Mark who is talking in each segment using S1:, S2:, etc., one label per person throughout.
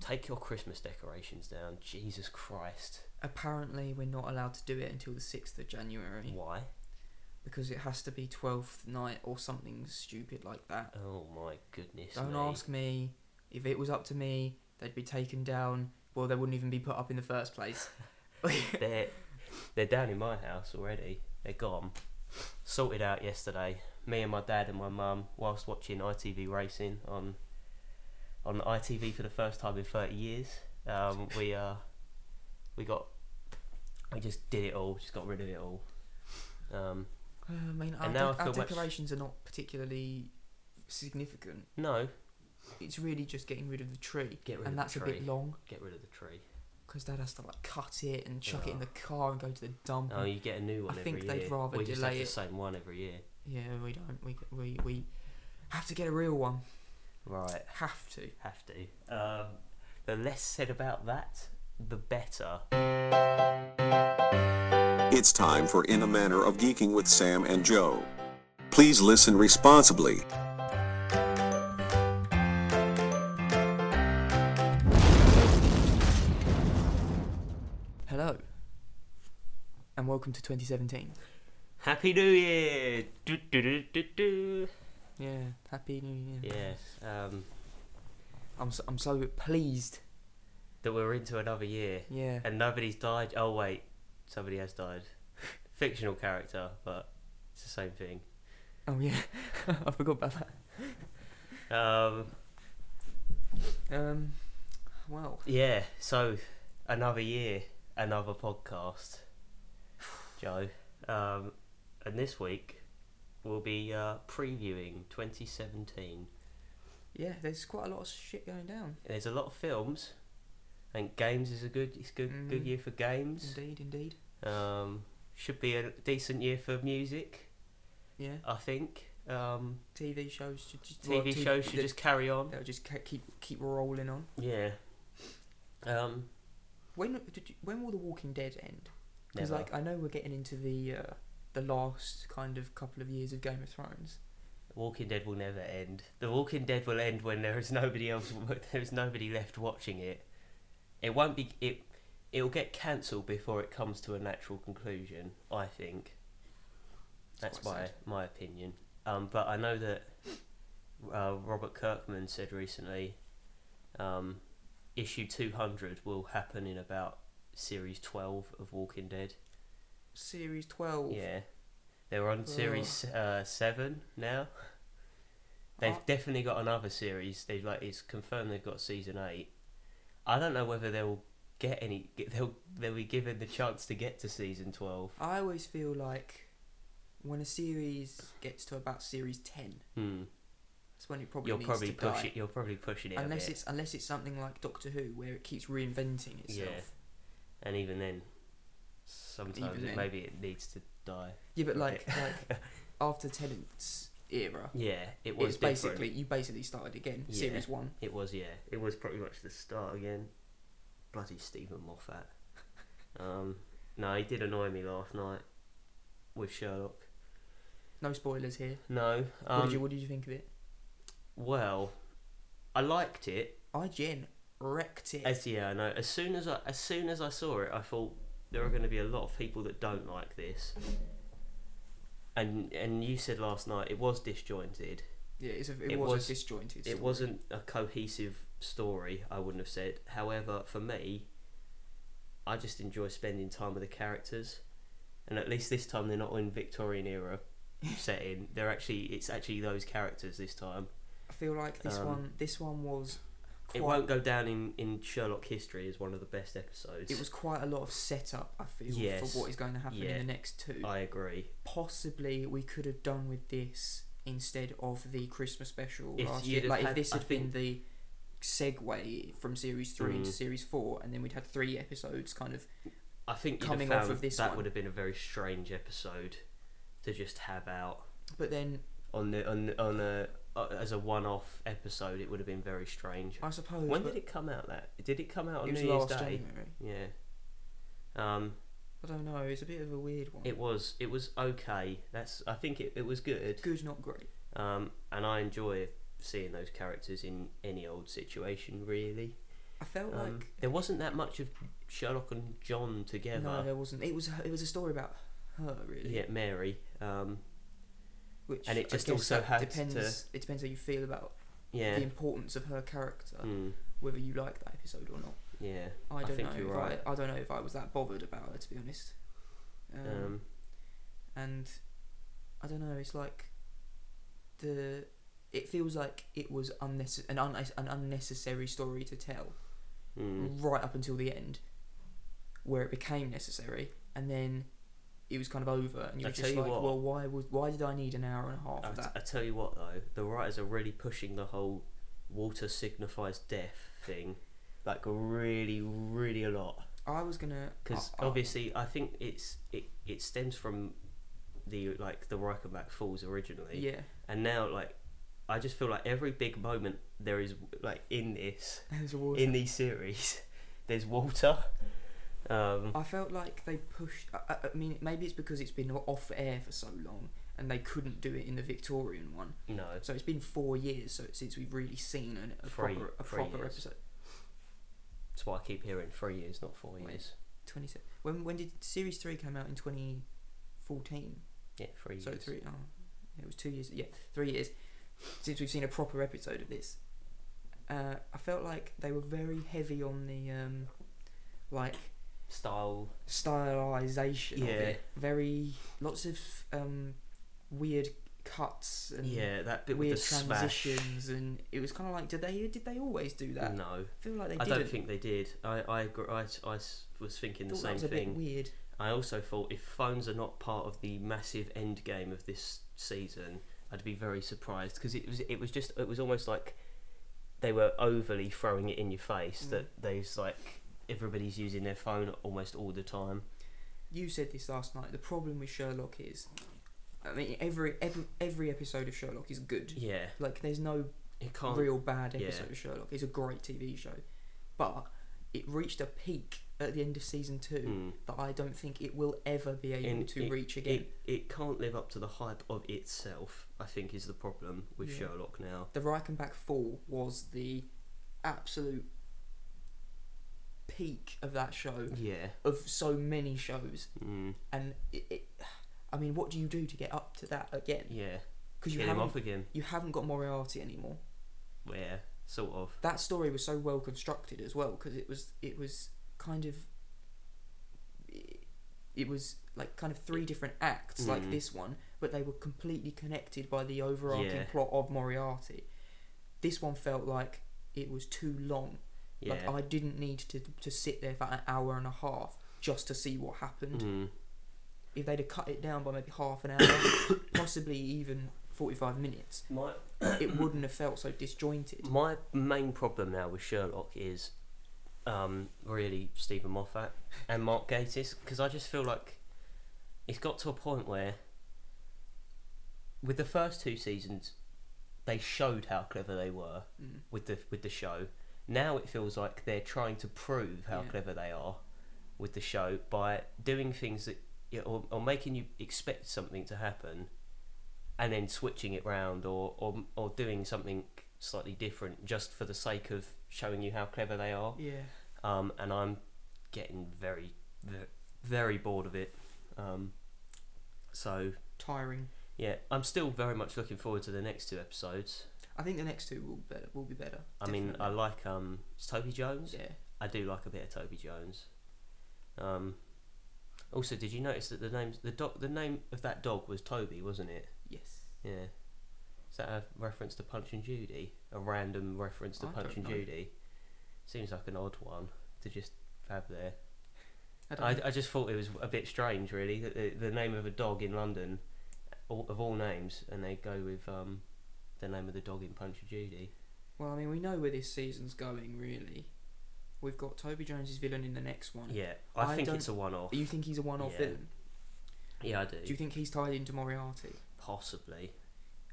S1: Take your Christmas decorations down. Jesus Christ.
S2: Apparently, we're not allowed to do it until the 6th of January
S1: Why?
S2: because it has to be 12th night or something stupid like that.
S1: Oh my goodness.
S2: Don't
S1: me.
S2: ask me. If it was up to me, they'd be taken down. Well, they wouldn't even be put up in the first place.
S1: They're they're down in my house already. They're gone. Sorted out yesterday. Me and my dad and my mum, whilst watching ITV racing on on ITV for the first time in thirty years, um, we uh we got we just did it all. Just got rid of it all. Um,
S2: Uh, I mean, our,
S1: And now
S2: dec-
S1: I
S2: our
S1: feel much-
S2: decorations are not particularly significant.
S1: no,
S2: It's really just getting rid of the tree,
S1: Get rid
S2: and
S1: of the
S2: that's a
S1: tree.
S2: bit long
S1: get rid of the tree.
S2: because Dad has to like cut it and chuck it in
S1: Yeah.
S2: the car and go to the dump.
S1: No,
S2: and-
S1: Oh, you get a new one every
S2: Mm-hmm. think
S1: year.
S2: they'd rather
S1: we just have
S2: delay
S1: the
S2: it.
S1: same one every year.
S2: Yeah, we don't. We we we have to get a real one.
S1: Right.
S2: Have to.
S1: Have to. Um, the less said about that, the better.
S3: It's time for In a Manner of Geeking with Sam and Joe. Please listen responsibly.
S2: Hello, and welcome to 2017.
S1: Happy New Year! Do, do, do, do, do.
S2: Yeah, happy New Year.
S1: Yes, um,
S2: I'm so, I'm so pleased.
S1: that we're into another year
S2: Yeah.
S1: and nobody's died. Oh, wait, somebody has died. Fictional character, but it's the same thing.
S2: Oh yeah, I forgot about that.
S1: Um,
S2: Um, well,
S1: yeah, so another year, another podcast, Joe. Um, and this week we'll be uh, previewing 2017.
S2: yeah, there's quite a lot of shit going down.
S1: There's a lot of films. I think games is a good, it's good,
S2: Mhm.
S1: good year for games.
S2: Indeed, indeed.
S1: Um, should be a decent year for music,
S2: Yeah,
S1: I think. Um,
S2: TV shows should just well,
S1: TV shows should
S2: they-
S1: just carry on.
S2: they'll just ca- keep keep rolling on.
S1: Yeah. Um,
S2: When did you, when will The Walking Dead end? Because
S1: never.
S2: like I know we're getting into the uh, the last kind of couple of years of Game of Thrones.
S1: Walking Dead will never end. The Walking Dead will end when there is nobody else. There is nobody left watching it. It won't be. It it'll get cancelled before it comes to a natural conclusion. I think.
S2: It's
S1: That's
S2: quite
S1: my
S2: sad.
S1: my opinion. Um, but I know that uh, Robert Kirkman said recently, um, issue two hundred will happen in about series twelve of Walking Dead.
S2: Series twelve.
S1: Yeah, they're on series uh, seven now. They've
S2: Oh.
S1: definitely got another series. They like it's confirmed they've got season eight. I don't know whether they'll get any. get- They'll they'll be given the chance to get to season twelve.
S2: I always feel like when a series gets to about series ten,
S1: Hmm.
S2: that's when it probably
S1: You're
S2: needs
S1: probably
S2: to die.
S1: pushing. You're probably pushing it.
S2: unless
S1: a bit.
S2: it's unless it's something like Doctor Who where it keeps reinventing itself.
S1: Yeah. and even then, sometimes
S2: Even
S1: it,
S2: then.
S1: maybe it needs to die.
S2: Yeah, but
S1: Right.
S2: like like after Tennant's era,
S1: Yeah, it
S2: it
S1: was
S2: was
S1: different.
S2: basically you basically started again,
S1: Yeah.
S2: series one.
S1: It was, yeah. It was pretty much the start again. Bloody Stephen Moffat. Um, no, he did annoy me last night with Sherlock.
S2: No spoilers here.
S1: No. Um,
S2: what did you What did you think of it?
S1: Well, I liked it.
S2: IGN wrecked it.
S1: As yeah, I know. As soon as I as soon as I saw it, I thought there are going to be a lot of people that don't like this. And and you said last night it was disjointed.
S2: yeah, it's a, it,
S1: it
S2: was,
S1: was-
S2: a disjointed. story.
S1: It wasn't a cohesive story, I wouldn't have said. However, for me, I just enjoy spending time with the characters. And at least this time they're not in Victorian era setting. They're actually it's actually those characters this time.
S2: I feel like this
S1: um,
S2: one. This one was. Quite,
S1: It won't go down in, in Sherlock history as one of the best episodes.
S2: It was quite a lot of setup. I feel
S1: Yes.
S2: for what is going to happen
S1: Yeah.
S2: in the next two.
S1: I agree.
S2: Possibly we could have done with this instead of the Christmas special
S1: If
S2: last
S1: you'd
S2: year.
S1: have
S2: Like if
S1: had-
S2: this
S1: I
S2: had been the segue from series three into
S1: Mm.
S2: series four, and then we'd had three episodes kind of
S1: I think you'd
S2: Coming
S1: have
S2: off
S1: found
S2: of this
S1: that
S2: one.
S1: would have been a very strange episode to just have out
S2: But then
S1: on the on the- on a uh, as a one-off episode. It would have been very strange.
S2: I suppose
S1: When
S2: but
S1: did it come out? That did it come out on
S2: it was
S1: New Year's
S2: last
S1: Day?
S2: January.
S1: Yeah. Um,
S2: I don't know. It's a bit of a weird one.
S1: it was it was okay. That's I think it, it was good.
S2: Good, not great.
S1: Um, and I enjoy seeing those characters in any old situation really.
S2: I felt
S1: Um,
S2: like
S1: there wasn't that much of Sherlock and John together.
S2: no, there wasn't. It was it was a story about her really.
S1: yeah, Mary. Um,
S2: Which
S1: And it
S2: I
S1: just
S2: guess
S1: also
S2: that
S1: had to-
S2: depends. It depends how you feel about
S1: yeah.
S2: the importance of her character,
S1: Mm,
S2: whether you like that episode or not.
S1: yeah.
S2: I don't
S1: think
S2: know.
S1: you're
S2: if
S1: right.
S2: I, I don't know if I was that bothered about her to be honest. Um,
S1: Um,
S2: and I don't know. It's like the it feels like it was unnecessary an, un- an unnecessary story to tell
S1: mm,
S2: right up until the end, where it became necessary, and then it was kind of over, and you
S1: I
S2: were
S1: tell
S2: just
S1: you
S2: like,
S1: what.
S2: well, why was why did I need an hour and a half
S1: I,
S2: of
S1: t-
S2: that?
S1: I tell you what though, the writers are really pushing the whole water signifies death thing, like really, really a lot.
S2: I was gonna
S1: Because
S2: I- I-
S1: obviously, I think it's it, it stems from the like the Reichenbach Falls originally,
S2: yeah,
S1: and now like I just feel like every big moment there is like in this
S2: there's a water.
S1: in these series, there's water. Um,
S2: I felt like they pushed. I, I- I mean, maybe it's because it's been off air for so long, and they couldn't do it in the Victorian one.
S1: no,
S2: So it's been four years so since we've really seen an, a
S1: Three-
S2: proper a
S1: three
S2: proper
S1: years.
S2: episode.
S1: that's why I keep hearing three years, not four
S2: Wait.
S1: years.
S2: Twenty se- when when did series three come out in twenty fourteen?
S1: Yeah, three
S2: So
S1: years.
S2: three oh, yeah, it was two years. Yeah, three years since we've seen a proper episode of this. Uh, I felt like they were very heavy on the um, like
S1: Style.
S2: stylization
S1: Yeah.
S2: of it. Very lots of um, weird cuts and
S1: yeah, that bit with
S2: weird
S1: the smash.
S2: transitions, and it was kind of like, did they did they always do that?
S1: No,
S2: I feel like they
S1: I
S2: didn't.
S1: don't think they did. I I, agr- I, s- I s- was thinking the
S2: thought that
S1: same
S2: was a
S1: thing.
S2: bit weird.
S1: I also thought if phones are not part of the massive end game of this season, I'd be very surprised because it was it was just it was almost like they were overly throwing it in your face
S2: Mm.
S1: that there's like everybody's using their phone almost all the time.
S2: You said this last night. The problem with Sherlock is, I mean, every every every episode of Sherlock is good.
S1: Yeah,
S2: Like, there's no
S1: it can't.
S2: real bad
S1: yeah.
S2: episode of Sherlock. It's a great TV show, but it reached a peak at the end of season two
S1: Mm.
S2: that I don't think it will ever be able
S1: And
S2: to
S1: it-
S2: reach again.
S1: It it can't live up to the hype of itself. I think is the problem with
S2: Yeah.
S1: Sherlock now.
S2: the Reichenbach Fall was the absolute peak of that show
S1: Yeah.
S2: of so many shows,
S1: Mm.
S2: and it, it, I mean, what do you do to get up to that again?
S1: Yeah.
S2: Because you
S1: Get him
S2: haven't
S1: off again.
S2: you haven't got Moriarty anymore.
S1: Yeah. Sort of.
S2: That story was so well constructed as well because it was it was kind of it was like kind of three different acts like
S1: Mm.
S2: this one, but they were completely connected by the overarching
S1: Yeah.
S2: plot of Moriarty. This one felt like it was too long.
S1: Yeah.
S2: Like I didn't need to to sit there for an hour and a half just to see what happened.
S1: Mm.
S2: If they'd have cut it down by maybe half an hour, possibly even forty five minutes,
S1: My
S2: it wouldn't have felt so disjointed.
S1: My main problem now with Sherlock is um, really Stephen Moffat and Mark Gatiss because I just feel like it's got to a point where, with the first two seasons, they showed how clever they were
S2: Mm.
S1: with the with the show. Now it feels like they're trying to prove how
S2: Yeah.
S1: clever they are with the show by doing things that yeah, or, or making you expect something to happen and then switching it round or, or or doing something slightly different just for the sake of showing you how clever they are.
S2: Yeah.
S1: Um, and I'm getting very ve- very bored of it. Um, so
S2: tiring.
S1: yeah, I'm still very much looking forward to the next two episodes.
S2: I think the next two will better will be better.
S1: I mean, I
S2: definitely.
S1: like um, it's Toby Jones.
S2: yeah.
S1: I do like a bit of Toby Jones. Um, also, did you notice that the names the dog the name of that dog was Toby, wasn't it?
S2: Yes.
S1: Yeah. Is that a reference to Punch and Judy? A random reference to
S2: I
S1: Punch
S2: don't
S1: and
S2: know.
S1: Judy? Seems like an odd one to just have there.
S2: I don't
S1: I,
S2: know.
S1: I just thought it was a bit strange, really, that the, the name of a dog in London, all, of all names, and they go with um, the name of the dog in Punch and Judy.
S2: well, I mean, we know where this season's going. Really, we've got Toby Jones's villain in the next one.
S1: Yeah, I,
S2: I
S1: think
S2: don't-
S1: it's a one-off.
S2: Do you think he's a one-off
S1: Yeah.
S2: villain?
S1: Yeah, I do.
S2: Do you think he's tied into Moriarty?
S1: Possibly.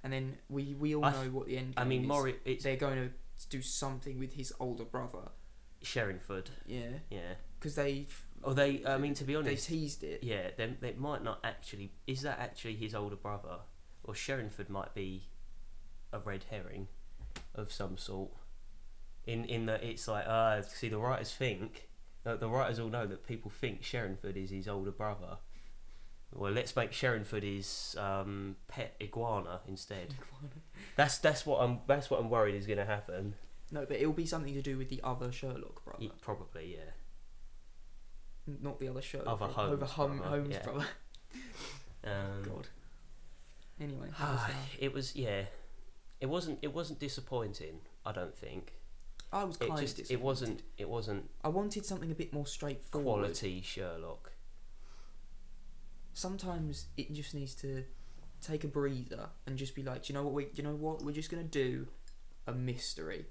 S2: And then we we all
S1: I
S2: know
S1: th-
S2: what the end.
S1: I
S2: game
S1: mean,
S2: is.
S1: Mori, it's
S2: They're going to do something with his older brother.
S1: Sherringford.
S2: Yeah.
S1: Yeah.
S2: Because they
S1: Oh, they. I mean, to be
S2: they
S1: honest,
S2: teased it.
S1: yeah, they, they might not actually. Is that actually his older brother, or Sherringford might be a red herring of some sort? in in that it's like uh see the writers think like, the writers all know that people think Sherrinford is his older brother. Well, let's make Sherrinford his um, pet iguana instead. That's that's what I'm that's what I'm worried is going to happen.
S2: No, but it'll be something to do with the other Sherlock brother,
S1: Y- probably, yeah.
S2: N- not the other Sherlock.
S1: Other
S2: brother, over
S1: Holmes
S2: Hum-
S1: brother,
S2: Holmes
S1: yeah.
S2: brother.
S1: Um,
S2: God. Anyway, that was, uh,
S1: it was yeah. It wasn't it wasn't disappointing. I don't think
S2: I was
S1: it
S2: kind
S1: just
S2: of
S1: it wasn't it wasn't
S2: I wanted something a bit more straightforward.
S1: quality Sherlock.
S2: Sometimes it just needs to take a breather and just be like, "Do you know what? We, you know what? We're just gonna do a mystery.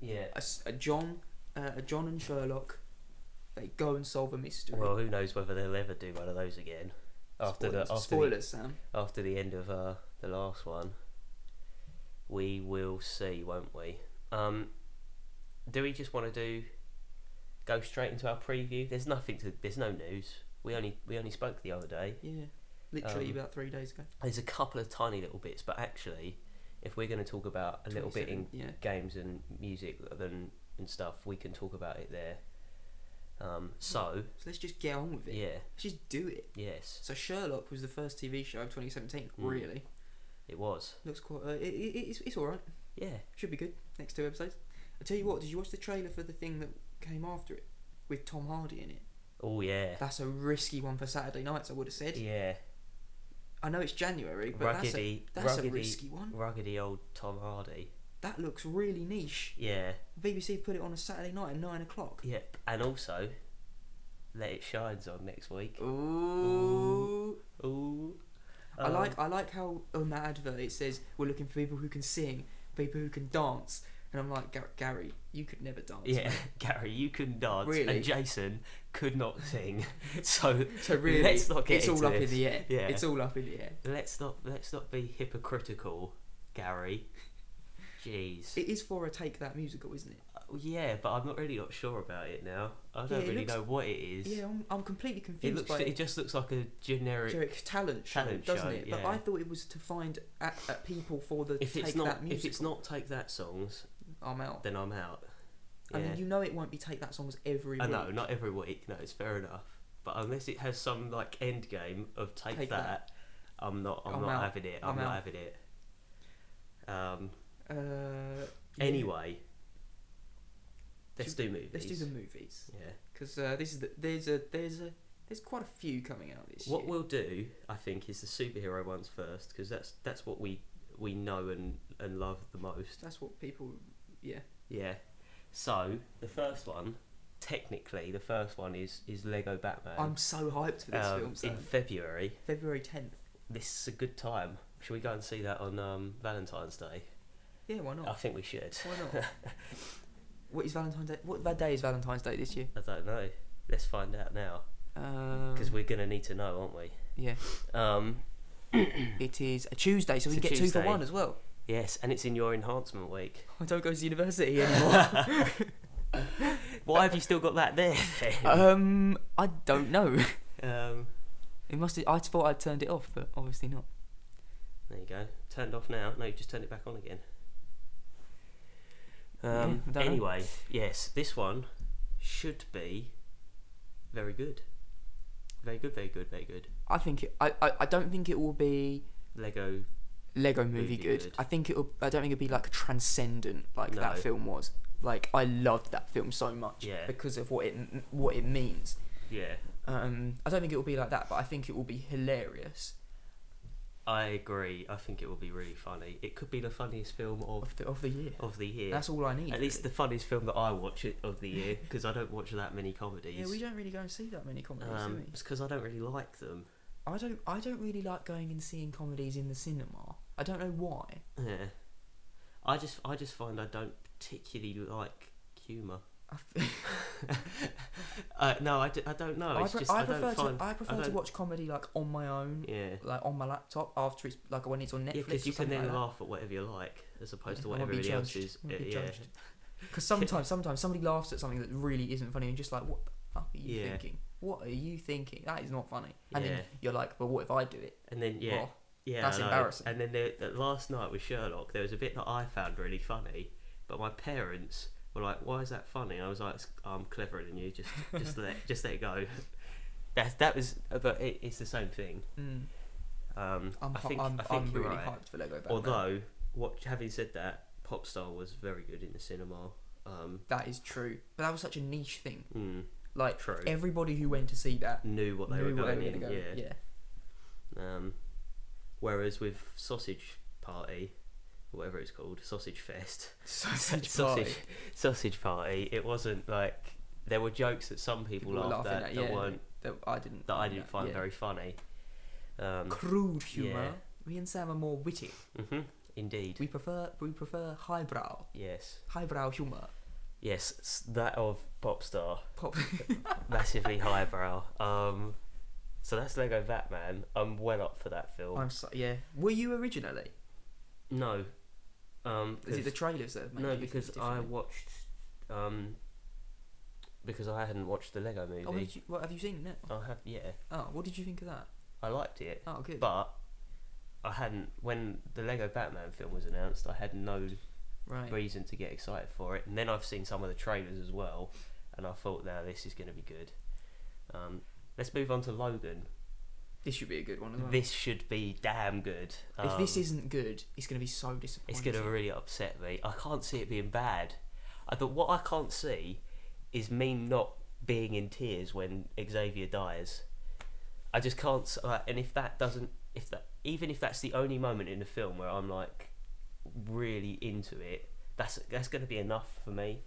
S1: Yeah.
S2: A, s- a John, uh, a John and Sherlock. They go and solve a mystery.
S1: Well, who knows whether they'll ever do one of those again after
S2: spoilers,
S1: the after the,
S2: spoilers, Sam.
S1: after the end of uh, the last one. We will see, won't we? Um, do we just want to do go straight into our preview? There's nothing to there's no news. We only we only spoke the other day.
S2: Yeah, literally
S1: Um,
S2: about three days ago.
S1: There's a couple of tiny little bits, but actually, if we're going to talk about a little bit in
S2: 27, yeah.
S1: games and music and, and stuff, we can talk about it there. Um, so,
S2: So let's just get on with it.
S1: yeah,
S2: Let's just do it.
S1: yes,
S2: So Sherlock was the first TV show of 2017.
S1: Mm.
S2: Really,
S1: it was.
S2: looks quite. Uh, it, it, it's it's all right.
S1: Yeah,
S2: Should be good. Next two episodes. I tell you what, did you watch the trailer for the thing that came after it with Tom Hardy in it?
S1: oh yeah,
S2: That's a risky one for Saturday nights. I would have said.
S1: yeah.
S2: I know it's January, but that's a,
S1: Ruggedy,
S2: that's a
S1: ruggedy,
S2: risky one.
S1: ruggedy old Tom Hardy.
S2: That looks really niche.
S1: Yeah,
S2: BBC put it on a Saturday night at nine o'clock.
S1: yep. And also, Let It Shine's on next week.
S2: Ooh.
S1: Ooh,
S2: I
S1: Um,
S2: like I like how on that advert it says we're looking for people who can sing, people who can dance, and I'm like "Gar- Gary, you could never dance.
S1: Yeah, Gary, you can dance,
S2: Really?
S1: and Jason could not sing. So
S2: So really,
S1: Let's not get
S2: it's
S1: into
S2: all up
S1: this.
S2: in the air.
S1: Yeah.
S2: It's all up in the air.
S1: let's not let's not be hypocritical, Gary. Jeez.
S2: It is for a take that musical, isn't it?
S1: Uh, yeah, but I'm not really not sure about it now. I don't
S2: Yeah, it
S1: really
S2: looks-
S1: know what it is.
S2: Yeah, I'm, I'm completely
S1: it
S2: confused
S1: looks
S2: by
S1: it just looks like a generic.
S2: generic talent show,
S1: talent
S2: doesn't
S1: show,
S2: it? But
S1: yeah.
S2: I thought it was to find at, at people for the
S1: if
S2: take
S1: it's not
S2: that musical.
S1: if it's not take that songs,
S2: I'm out.
S1: then I'm out.
S2: I
S1: Yeah.
S2: mean, you know it won't be take that songs every
S1: I
S2: week.
S1: know, not every week. No, it's fair enough. But unless it has some like end game of take,
S2: Take
S1: that, I'm not. I'm,
S2: I'm
S1: not
S2: out.
S1: having it. I'm,
S2: I'm
S1: not
S2: out.
S1: having it. Um.
S2: Uh, yeah.
S1: Anyway, let's
S2: Should-
S1: do movies.
S2: let's do the movies
S1: Yeah.
S2: because uh, this is the, there's a there's a there's quite a few coming out this
S1: What
S2: year.
S1: we'll do, I think, is the superhero ones first because that's that's what we we know and and love the most.
S2: That's what people. Yeah.
S1: Yeah. So the first one, technically, the first one is is Lego Batman.
S2: I'm so hyped for this
S1: Oh. um,
S2: film.
S1: in
S2: Sam.
S1: February.
S2: February 10th.
S1: This is a good time. Should we go and see that on um, Valentine's Day?
S2: Yeah, why
S1: I
S2: not?
S1: think we should.
S2: Why not? what is Valentine's Day? What that day is Valentine's Day this year?
S1: I don't know. Let's find out now
S2: Because
S1: because we're gonna need to know, aren't we?
S2: yeah,
S1: Um,
S2: it is a Tuesday, so we
S1: It's
S2: can
S1: a
S2: get two for
S1: Tuesday.
S2: one as well.
S1: yes, and it's in your enhancement week.
S2: I don't go to university anymore.
S1: Why have you still got that there? Then?
S2: um, I don't know.
S1: um,
S2: It must. Have, I thought I turned it off, but obviously not.
S1: There you go. Turned off now. No, you just turned it back on again. Um,
S2: Yeah, I don't know.
S1: anyway, yes, this one should be very good. Very good, very good, very good.
S2: I think it, I, I I don't think it will be
S1: Lego,
S2: Lego Movie
S1: Movie
S2: good.
S1: good.
S2: I think it'll. I don't think it'll be like transcendent like that
S1: No.
S2: film was. Like I loved that film so much
S1: Yeah.
S2: because of what it m- what it means.
S1: yeah,
S2: Um, I don't think it will be like that, but I think it will be hilarious
S1: I agree. I think it will be really funny. It could be the funniest film of
S2: of the of the year.
S1: of the year.
S2: That's all I need.
S1: Oh, At least
S2: really.
S1: the funniest film that I watch it- of the year because I don't watch that many comedies.
S2: yeah, we don't really go and see that many comedies, do
S1: Um,
S2: we?
S1: it's because I don't really like them.
S2: I don't. I don't really like going and seeing comedies in the cinema. I don't know why.
S1: Yeah, I just I just find I don't particularly like humour.
S2: I, f-
S1: Uh, no, I, d- I don't know.
S2: I,
S1: It's
S2: pre-
S1: just
S2: I
S1: I,
S2: prefer
S1: don't find.
S2: to. I prefer to
S1: don't-
S2: watch comedy like on my own,
S1: yeah,
S2: like on my laptop after it's like when it's on Netflix.
S1: yeah, because
S2: or
S1: you can
S2: something
S1: then
S2: like that.
S1: laugh at whatever you like, as opposed to
S2: I
S1: what
S2: won't be
S1: everybody else
S2: judged.
S1: is.
S2: I won't be
S1: yeah,
S2: judged. Because sometimes, sometimes somebody laughs at something that really isn't funny, and you're just like, "What the fuck are you
S1: Yeah.
S2: thinking? What are you thinking? That is not funny." And then
S1: Yeah.
S2: you're like, "But what if I do it?"
S1: and then yeah,
S2: Well,
S1: yeah,
S2: that's
S1: I know.
S2: embarrassing.
S1: And then the, the last night with Sherlock, there was a bit that I found really funny, But my parents were like, "Why is that funny?" And I was like, "It's- "I'm cleverer than you. Just just let just let it go." That that was, but it, it's the same thing.
S2: Mm.
S1: Um,
S2: I'm,
S1: I
S2: hy-
S1: think
S2: I'm,
S1: I think
S2: I'm
S1: you're
S2: really
S1: right.
S2: hyped for Lego Batman.
S1: Although, what having said that, Popstar was very good in the cinema. Um,
S2: that is true. But that was such a niche thing.
S1: mm,
S2: Like
S1: True.
S2: everybody who went to see that
S1: knew what they
S2: knew
S1: were
S2: what they
S1: going
S2: were
S1: in.
S2: going to go.
S1: yeah.
S2: yeah.
S1: Um, whereas with Sausage Party, whatever it's called, Sausage Fest,
S2: Sausage,
S1: Sausage.
S2: Party.
S1: Sausage Party, it wasn't like there were jokes that some people,
S2: were
S1: laughed
S2: laughing
S1: at, that
S2: yeah,
S1: weren't
S2: that I didn't.
S1: that I
S2: find
S1: didn't find
S2: yeah.
S1: very funny. Um,
S2: crude humor.
S1: Yeah.
S2: Me and Sam are more witty.
S1: mhm, indeed,
S2: We prefer we prefer highbrow
S1: yes,
S2: highbrow humor.
S1: yes, s- that of Popstar,
S2: Pop.
S1: massively highbrow. Um, so that's Lego Batman. I'm well up for that film.
S2: I'm so, yeah. Were you originally?
S1: No, um,
S2: Is it the
S1: 'cause-
S2: trailers that have made you
S1: no,
S2: think
S1: because I
S2: differently?
S1: watched, um, because I hadn't watched the Lego movie.
S2: Oh, what did you, what, have you seen it?
S1: I have, yeah,
S2: Oh, what did you think of that?
S1: I liked it.
S2: Oh, good.
S1: but I hadn't when the Lego Batman film was announced. I had no
S2: right.
S1: reason to get excited for it, and then I've seen some of the trailers as well, and I thought, now this is going to be good. Um, let's move on to Logan.
S2: This should be a good one as well.
S1: This should be damn good.
S2: if this
S1: Um,
S2: isn't good, it's going to be so
S1: it's
S2: disappointing.
S1: going to really upset me. I can't see it being bad, I, but what I can't see is me not being in tears when Xavier dies. I just can't. s- Like, and if that doesn't, if that, even if that's the only moment in the film where I'm like really into it, that's that's going to be enough for me.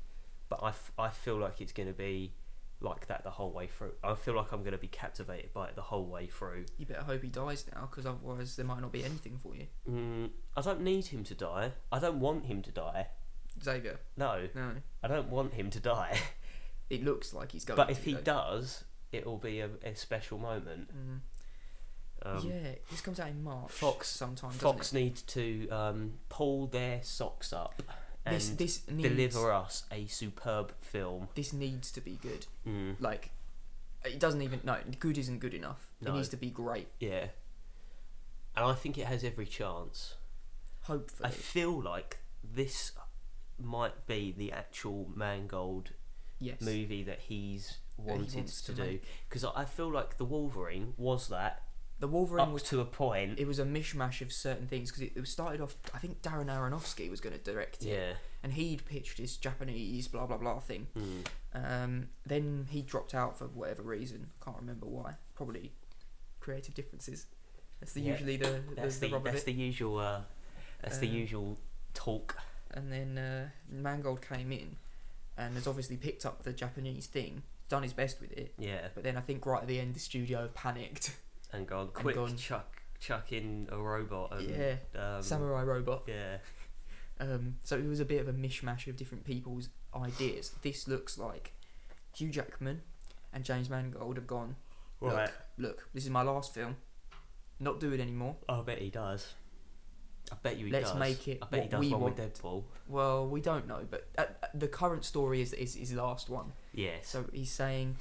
S1: But I, f- I feel like it's going to be like that the whole way through. I feel like I'm going to be captivated by it the whole way through.
S2: You better hope he dies now, because otherwise there might not be anything for you.
S1: Mm, I don't need him to die. I don't want him to die.
S2: Xavier,
S1: No,
S2: no.
S1: I don't want him to die.
S2: It looks like he's going.
S1: but
S2: to,
S1: if he
S2: though.
S1: does, it will be a, a special moment.
S2: Mm.
S1: Um,
S2: yeah, this comes out in March.
S1: Fox-
S2: sometime. doesn't
S1: Fox
S2: it?
S1: needs to um, pull their socks up and
S2: This this needs
S1: deliver us a superb film.
S2: this needs to be good.
S1: Mm,
S2: Like, it doesn't even no good isn't good enough.
S1: No.
S2: It needs to be great.
S1: yeah, and I think it has every chance.
S2: Hopefully,
S1: I feel like this might be the actual Mangold
S2: yes.
S1: movie that he's
S2: he
S1: wanted
S2: wants
S1: to,
S2: to
S1: do
S2: make.
S1: because I I feel like the Wolverine was that
S2: The Wolverine
S1: up
S2: was
S1: to a point.
S2: it was a mishmash of certain things because it, it was started off. I think Darren Aronofsky was going to direct it,
S1: yeah.
S2: and he'd pitched his Japanese blah blah blah thing.
S1: Mm.
S2: Um, then he dropped out for whatever reason. I can't remember why. Probably creative differences. That's the,
S1: Yeah,
S2: usually the
S1: That's the,
S2: the, the rub of
S1: that's
S2: it.
S1: the usual uh, that's the
S2: Um,
S1: usual talk.
S2: and then uh, Mangold came in and has obviously picked up the Japanese thing, done his best with it.
S1: Yeah,
S2: But then I think right at the end, the studio panicked.
S1: and gone quick.
S2: gone.
S1: Chuck chuck in a robot. And,
S2: Yeah,
S1: um,
S2: Samurai Robot.
S1: Yeah,
S2: Um, so it was a bit of a mishmash of different people's ideas. This looks like Hugh Jackman and James Mangold have gone. Look,
S1: right.
S2: look, this is my last film. Not do it anymore.
S1: I bet he does. I bet you he
S2: Let's
S1: does.
S2: make it
S1: I bet he
S2: what
S1: does
S2: we
S1: one
S2: want.
S1: with Deadpool.
S2: Well, we don't know, but uh, uh, the current story is is his last one.
S1: Yes.
S2: So he's saying,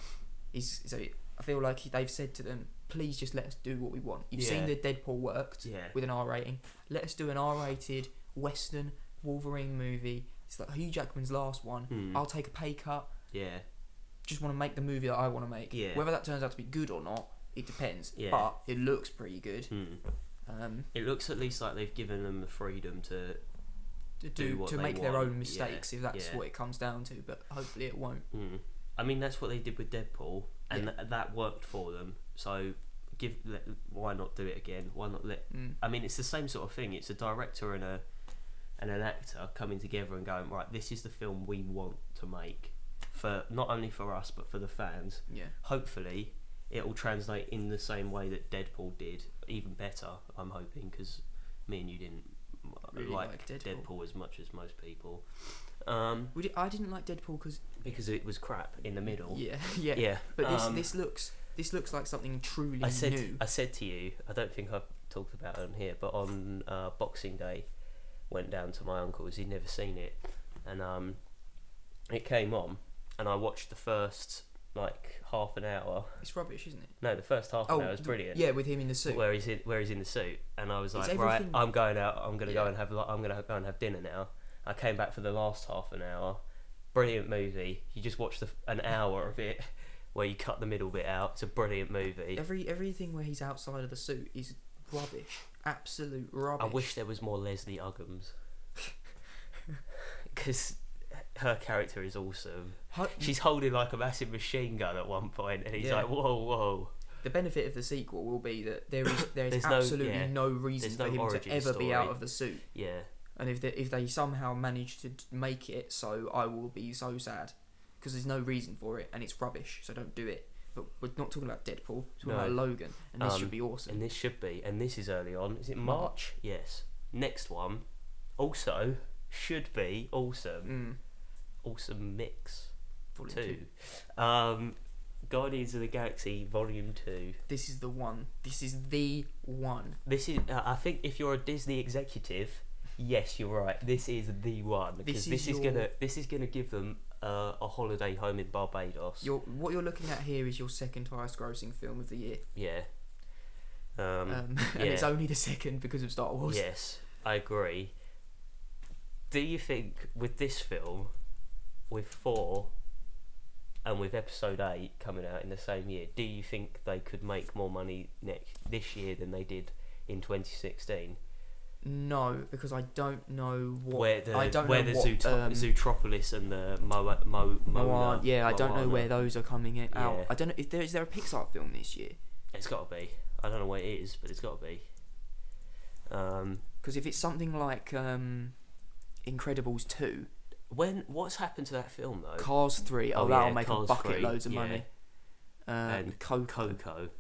S2: he's so I feel like he, they've said to them, please just let us do what we want. You've seen
S1: Yeah.
S2: the Deadpool worked
S1: yeah.
S2: with an R rating. Let us do an R rated Western Wolverine movie. It's like Hugh Jackman's last one.
S1: Hmm,
S2: I'll take a pay cut.
S1: Yeah.
S2: Just want to make the movie that I want to make.
S1: Yeah.
S2: Whether that turns out to be good or not, it depends.
S1: Yeah.
S2: But it looks pretty good.
S1: Hmm.
S2: Um,
S1: It looks at least like they've given them the freedom to.
S2: to
S1: Do
S2: do,
S1: what
S2: to
S1: they
S2: make their
S1: want.
S2: own
S1: Yeah,
S2: mistakes if that's
S1: yeah.
S2: what it comes down to. But hopefully it won't.
S1: Mm. I mean, that's what they did with Deadpool, and
S2: Yeah.
S1: th- that worked for them. So, give let, why not do it again? Why not let
S2: Mm.
S1: I mean, it's the same sort of thing. It's a director and a and an actor coming together and going right. This is the film we want to make for not only for us but for the fans.
S2: Yeah.
S1: Hopefully, it will translate in the same way that Deadpool did, even better. I'm hoping because me and you didn't m-
S2: Really
S1: like,
S2: like
S1: Deadpool.
S2: Deadpool.
S1: as much as most people um,
S2: We di- I didn't like Deadpool because
S1: because it was crap in the middle.
S2: yeah, yeah,
S1: yeah.
S2: But this
S1: um,
S2: this looks this looks like something truly
S1: I said
S2: new.
S1: I said to you, I don't think I've talked about it on here, but on uh, Boxing Day, went down to my uncle's. He'd never seen it, and um, it came on, and I watched the first like half an hour.
S2: It's rubbish, isn't it?
S1: Oh, No, the first half an hour was
S2: th-
S1: brilliant.
S2: Yeah, with him in Oh, the suit.
S1: Where he's in, where he's in the suit, and I was
S2: It's
S1: like, right,
S2: everything-
S1: I'm going out. I'm gonna go
S2: Yeah.
S1: and have. li- I'm gonna go and have dinner now. I came back for the last half an hour. Brilliant movie. You just watch the, an hour of it where you cut the middle bit out. It's a brilliant movie.
S2: Every everything where he's outside of the suit is rubbish. Absolute rubbish.
S1: I wish there was more Leslie Uggams. Because her character is awesome.
S2: Ho-
S1: She's holding like a massive machine gun at one point, and he's
S2: Yeah.
S1: like, whoa, whoa.
S2: the benefit of the sequel will be that there is there is
S1: There's no-
S2: absolutely
S1: yeah.
S2: no reason
S1: There's
S2: for
S1: no
S2: him to
S1: origin
S2: ever be out
S1: story.
S2: of the suit.
S1: Yeah.
S2: And if they, if they somehow manage to d- make it, so I will be so sad because there's no reason for it and it's rubbish. So don't do it. But we're not talking about Deadpool. We're talking
S1: No.
S2: about Logan, and this
S1: Um,
S2: should be awesome.
S1: And this should be, and this is early on.
S2: Mm.
S1: Is it March? Yes. Next one, also, should be awesome.
S2: Mm,
S1: Awesome mix.
S2: volume
S1: two. Um, Guardians of the Galaxy Volume Two.
S2: This is the one. This is the one.
S1: This is, uh, I think, if you're a Disney executive, yes, you're right. This is the one because
S2: This
S1: this,
S2: is
S1: is,
S2: your-
S1: gonna this is gonna give them uh, a holiday home in Barbados.
S2: Your what you're looking at here is your second highest grossing film of the year,
S1: Yeah. Um,
S2: um, and it's
S1: yeah.
S2: only the second because of Star Wars.
S1: Yes, I agree. Do you think with this film, with four, and with episode eight coming out in the same year, do you think they could make more money next this year than they did in 2016?
S2: No, because I don't know what
S1: where the
S2: I don't
S1: where
S2: know
S1: the
S2: what,
S1: Zootro-
S2: um,
S1: Zootropolis and the Mo, Mo,
S2: Moana,
S1: Moana,
S2: yeah, I don't know
S1: Moana.
S2: where those are coming in, out.
S1: Yeah.
S2: I don't know if there is there a Pixar film this year
S1: It's got to be. I don't know what it is, but it's got to be. Um,
S2: because if it's something like um, Incredibles two,
S1: when what's happened to that film though?
S2: Cars three, oh,
S1: Oh,
S2: that'll
S1: yeah,
S2: make
S1: Cars
S2: a bucket
S1: 3,
S2: loads of
S1: yeah.
S2: money. Um,
S1: And
S2: Coco.
S1: Coco,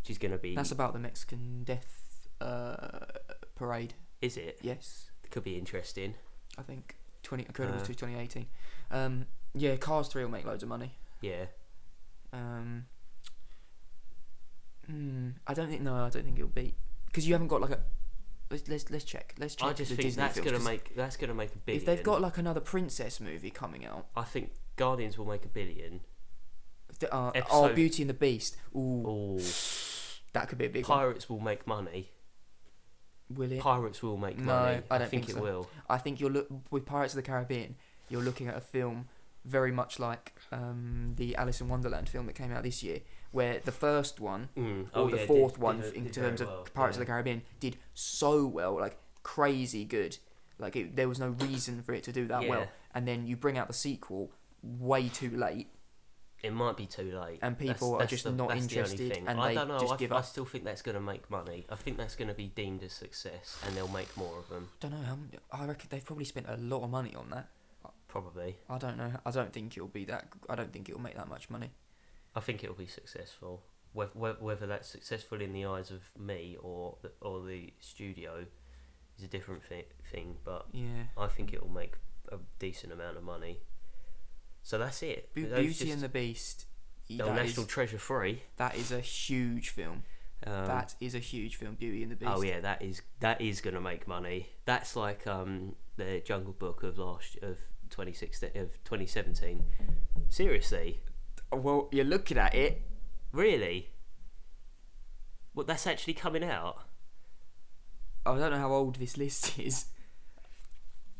S1: which is going to be.
S2: That's about the Mexican death uh, parade.
S1: is it?
S2: Yes,
S1: Could be interesting.
S2: I think twenty Incredibles
S1: Uh.
S2: two twenty eighteen. Um, yeah, Cars three will make loads of money.
S1: Yeah.
S2: Um, hmm, I don't think. No, I don't think it'll beat because you haven't got like a. Let's let's, let's check. Let's check.
S1: I just
S2: the
S1: think
S2: Disney
S1: that's
S2: films,
S1: gonna
S2: 'cause
S1: make that's gonna make a billion.
S2: If they've got like another princess movie coming out,
S1: I think Guardians will make a billion.
S2: if they- uh, oh
S1: Episode-
S2: Beauty and the Beast, ooh,
S1: Ooh,
S2: that could be a big one.
S1: pirates will make money.
S2: Will it?
S1: Pirates will make
S2: No,
S1: money.
S2: I don't
S1: think,
S2: think
S1: it
S2: so.
S1: will.
S2: I think you're look with Pirates of the Caribbean. You're looking at a film very much like um, the Alice in Wonderland film that came out this year, where the first one
S1: Mm.
S2: or
S1: oh,
S2: the
S1: yeah,
S2: fourth
S1: did-
S2: one
S1: did-
S2: in
S1: did
S2: terms
S1: very
S2: of
S1: well,
S2: Pirates
S1: yeah.
S2: of the Caribbean did so well, like crazy good. Like it, there was no reason for it to do that well.
S1: Yeah.
S2: And then you bring out the sequel way too late,
S1: It might be too late,
S2: and
S1: That's-
S2: people are
S1: that's
S2: just
S1: the-
S2: not
S1: that's the only
S2: interested,
S1: thing.
S2: and
S1: I
S2: they
S1: don't know.
S2: just
S1: I,
S2: give
S1: I
S2: up.
S1: still think that's gonna make money. I think that's gonna be deemed a success, and they'll make more of them
S2: don't know. How, m- I reckon they've probably spent a lot of money on that.
S1: probably.
S2: I don't know. I don't think it'll be that. I don't think it'll make that much money.
S1: I think it'll be successful. Whe- whe- Whether that's successful in the eyes of me or the, or the studio is a different thi- thing, but
S2: Yeah.
S1: I think it will make a decent amount of money. So that's it.
S2: Be-
S1: Those
S2: Beauty
S1: just-
S2: and the Beast.
S1: they're
S2: that is-
S1: National Treasure free.
S2: that is a huge film.
S1: Um,
S2: that is a huge film. Beauty and the Beast.
S1: oh yeah, that is that is gonna make money. That's like um the Jungle Book of last of 2016 of 2017. Seriously,
S2: Well, you're looking at it.
S1: really? Well, that's actually coming out.
S2: I don't know how old this list is.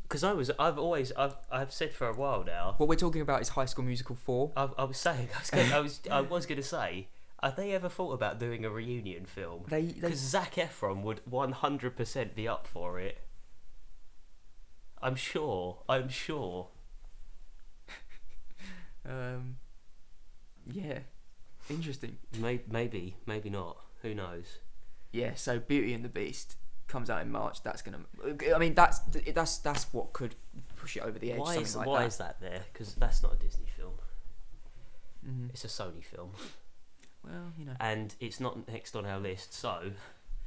S1: Because I was, I've always, I've, I've said for a while now,
S2: What we're talking about is High School Musical 4.
S1: I, I was saying, I was, gonna, I was, I was going to say, have they ever thought about doing a reunion film?
S2: They, they
S1: Because Zac Efron would 100% be up for it. I'm sure. I'm sure.
S2: um, yeah, interesting.
S1: Maybe, maybe, maybe not. Who knows?
S2: Yeah, so Beauty and the Beast comes out in March. That's gonna. I mean, that's that's that's what could push it over the edge.
S1: Why
S2: something
S1: is
S2: like
S1: why
S2: that.
S1: is that there? Because that's not a Disney film.
S2: Mhm.
S1: It's a Sony film,
S2: Well, you know,
S1: and it's not next on our list. So,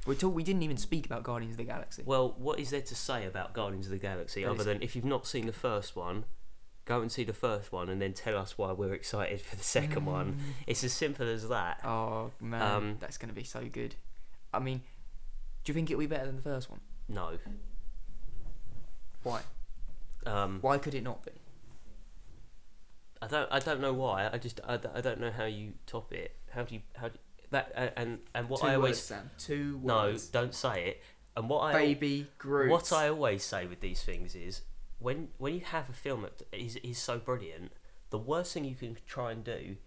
S2: we talk, we didn't even speak about Guardians of the Galaxy.
S1: well, what is there to say about Guardians of the Galaxy
S2: There
S1: other
S2: is-
S1: than if you've not seen the first one, go and see the first one, and then tell us why we're excited for the second one. It's as simple as that.
S2: Mm. Oh man,
S1: Um,
S2: that's gonna be so good. I mean, do you think it'll be better than the first one?
S1: No.
S2: Why?
S1: Um,
S2: Why could it not be?
S1: I don't I don't know why. I just I, don't- I don't know how you top it. How do you how do you, that uh, and and what
S2: Two
S1: I
S2: words,
S1: always
S2: Sam. Two
S1: no
S2: words.
S1: don't say it. And what I
S2: Baby Groot.
S1: what I always say with these things is when when you have a film that is is so brilliant, the worst thing you can try and do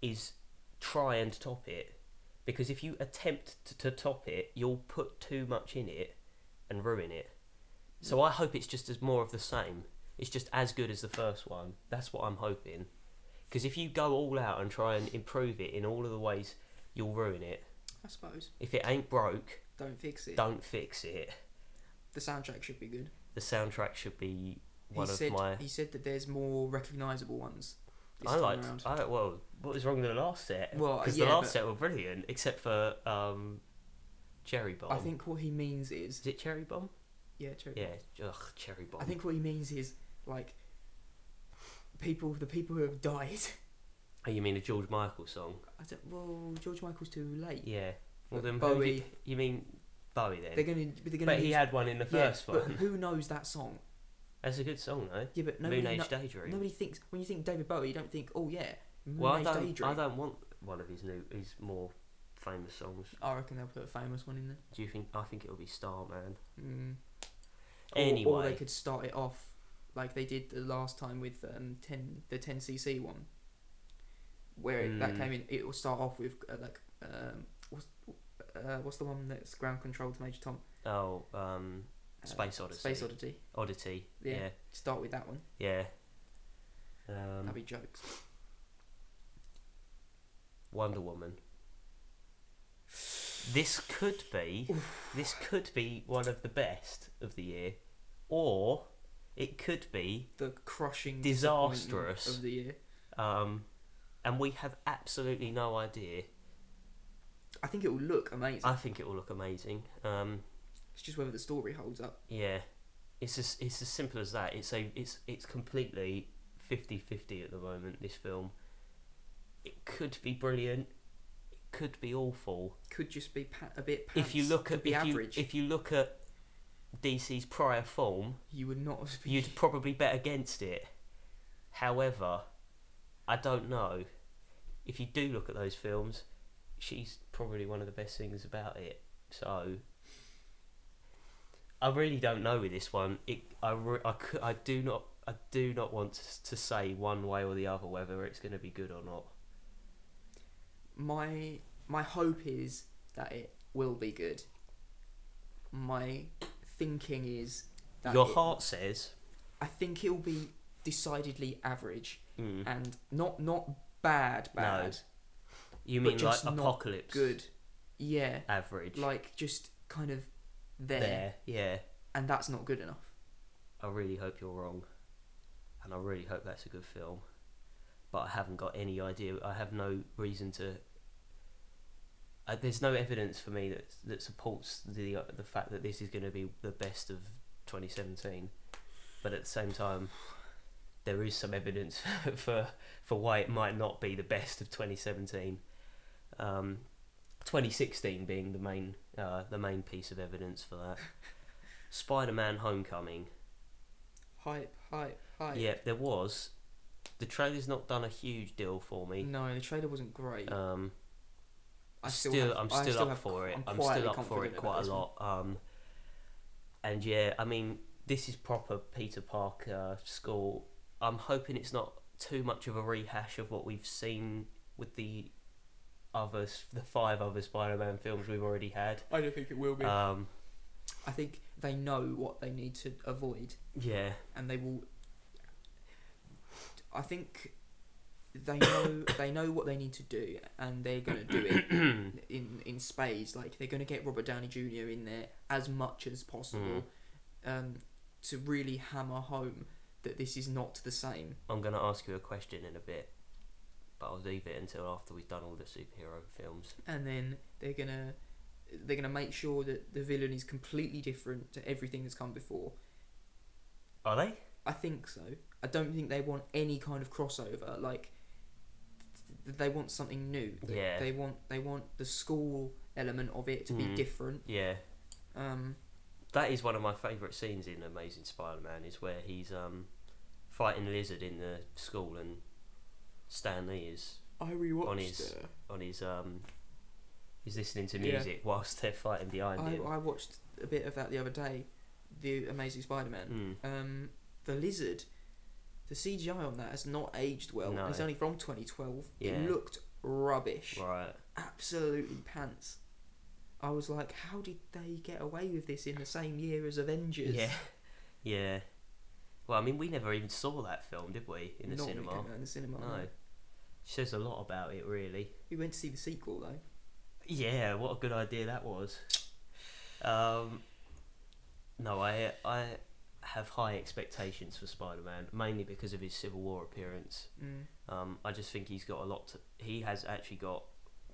S1: is try and top it, because if you attempt to, to top it, you'll put too much in it and ruin it. So I hope it's just as more of the same. It's just as good as the first one. That's what I'm hoping. Because if you go all out and try and improve it in all of the ways, you'll ruin it.
S2: I suppose.
S1: If it ain't broke,
S2: Don't fix it.
S1: don't fix it.
S2: The soundtrack should be good.
S1: The soundtrack should be one
S2: he
S1: of
S2: said
S1: my.
S2: he said that there's more recognisable ones. This
S1: I
S2: time
S1: liked.
S2: around.
S1: I like. Well, what was wrong with the last set?
S2: Well,
S1: because
S2: yeah,
S1: the last
S2: but-
S1: set were brilliant, except for um, Cherry Bomb.
S2: I think what he means is
S1: is it Cherry Bomb?
S2: yeah, true.
S1: Yeah, ugh, Cherry Bomb.
S2: I think what he means is like people, the people who have died.
S1: Oh, you mean a George Michael song?
S2: I don't, well, George Michael's too late.
S1: Yeah. Well,
S2: But
S1: then who
S2: Bowie-
S1: did, you mean Bowie then?
S2: They're gonna, but they're gonna.
S1: but he
S2: use-
S1: had one in the
S2: yeah,
S1: first
S2: but
S1: one.
S2: who knows that song?
S1: That's a good song though.
S2: Yeah, but nobody,
S1: Moon Age
S2: kno-
S1: Daydream.
S2: nobody thinks when you think David Bowie, you don't think, oh yeah, Moon
S1: well, I
S2: Age
S1: don't.
S2: Daydream.
S1: I don't want one of his new, his more famous songs.
S2: I reckon they'll put a famous one in there.
S1: Do you think? I think it'll be Starman.
S2: Mm.
S1: Anyway,
S2: or, or they could start it off like they did the last time with um, ten the ten cc one, where it, that
S1: Mm.
S2: came in. It will start off with uh, like um, what's uh, what's the one that's ground control to Major Tom?
S1: oh, um,
S2: Uh,
S1: Space Odyssey.
S2: Space Oddity.
S1: Oddity. Yeah.
S2: Yeah. Start with that one.
S1: Yeah. Um,
S2: That'd be jokes.
S1: Wonder Woman. This could be this could be one of the best of the year, or it could be
S2: The crushing disappointment
S1: Disastrous.
S2: of the year.
S1: um, and we have absolutely no idea.
S2: I think it will look amazing.
S1: I think it will look amazing. Um,
S2: it's just whether the story holds up.
S1: yeah, it's as it's as simple as that. It's a it's it's completely 50-50 at the moment. This film, it could be brilliant, it could be awful.
S2: Could just be pa- a bit. Pants.
S1: If you look
S2: Could
S1: at
S2: be
S1: if you,
S2: average,
S1: if you look at DC's prior form,
S2: you would not have been.
S1: you'd probably bet against it. However, I don't know. If you do look at those films, she's probably one of the best things about it. So I really don't know with this one. It I re- I, cou- I do not I do not want to, s- to say one way or the other whether it's going to be good or not.
S2: my my hope is that it will be good. My thinking is that
S1: Your
S2: it-
S1: heart says
S2: I think it will be decidedly average
S1: Mm.
S2: and not not bad bad
S1: you
S2: but
S1: mean like
S2: just not
S1: apocalypse
S2: good. Yeah,
S1: average
S2: like just kind of there,
S1: there yeah.
S2: and that's not good enough.
S1: I really hope you're wrong, and I really hope that's a good film. But I haven't got any idea. I have no reason to. Uh, there's no evidence for me that that supports the uh, the fact that this is going to be the best of 2017. But at the same time, there is some evidence for for why it might not be the best of 2017. Um, 2016 being the main uh, the main piece of evidence for that. Spider-Man: Homecoming.
S2: Hype, hype, hype.
S1: Yeah, there was. The trailer's not done a huge deal for me.
S2: No, the trailer wasn't great.
S1: Um,
S2: Mm. I
S1: still,
S2: still, have-
S1: I'm
S2: I
S1: still,
S2: still
S1: up
S2: have-
S1: for it.
S2: I'm
S1: I'm,
S2: quietly
S1: still up for
S2: confident
S1: it
S2: about
S1: quite
S2: this
S1: a
S2: one.
S1: lot. Um, and yeah, I mean, this is proper Peter Parker school. I'm hoping it's not too much of a rehash of what we've seen with the others, the five other Spider-Man films we've already had.
S2: I don't think it will be.
S1: Um,
S2: I think they know what they need to avoid.
S1: yeah,
S2: and they will. I think they know they know what they need to do, and they're going to do it in in spades. Like they're going to get Robert Downey Jr. in there as much as possible, um, to really hammer home that this is not the same.
S1: I'm gonna ask you a question in a bit, but I'll leave it until after we've done all the superhero films.
S2: And then they're gonna they're gonna make sure that the villain is completely different to everything that's come before.
S1: Are they?
S2: I think so. I don't think they want any kind of crossover. Like th- th- they want something new. They,
S1: Yeah.
S2: They want they want the school element of it to
S1: Mm.
S2: be different.
S1: Yeah.
S2: Um,
S1: That is one of my favourite scenes in Amazing Spider-Man is where he's um, fighting Lizard in the school and Stan Lee is
S2: I rewatched.
S1: On his-
S2: uh,
S1: on his um, he's listening to
S2: Yeah.
S1: music whilst they're fighting behind
S2: I,
S1: him.
S2: I watched a bit of that the other day, the Amazing Spider-Man.
S1: Mm.
S2: Um, the lizard, the CGI on that has not aged well.
S1: No.
S2: It's only from 2012.
S1: Yeah.
S2: It looked rubbish.
S1: Right.
S2: Absolutely pants. I was like, how did they get away with this in the same year as Avengers?
S1: Yeah. Yeah. Well, I mean, we never even saw that film, did we, in the
S2: Not
S1: cinema?
S2: really, no, in the cinema.
S1: No. Says a lot about it, really.
S2: We went to see the sequel though.
S1: Yeah, what a good idea that was. Um, no, I I have high expectations for Spider-Man, mainly because of his Civil War appearance.
S2: Mm.
S1: Um, I just think he's got a lot. To, he has actually got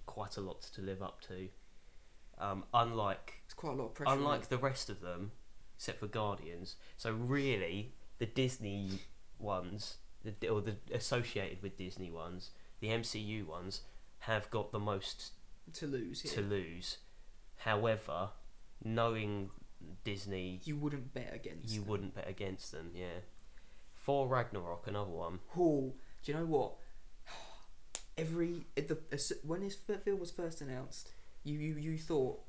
S1: quite a lot to live up to. Um, unlike
S2: It's quite a lot of pressure. on
S1: unlike the rest of them, except for Guardians. So really, the Disney ones, the, or the associated with Disney ones, the MCU ones, have got the most
S2: them to lose. Here.
S1: to lose. However, knowing Disney,
S2: You wouldn't bet against.
S1: you
S2: them.
S1: wouldn't bet against them. Yeah. For Ragnarok, another one.
S2: Paul, do you know what? Every at the as- when this f- film was first announced, you you, you thought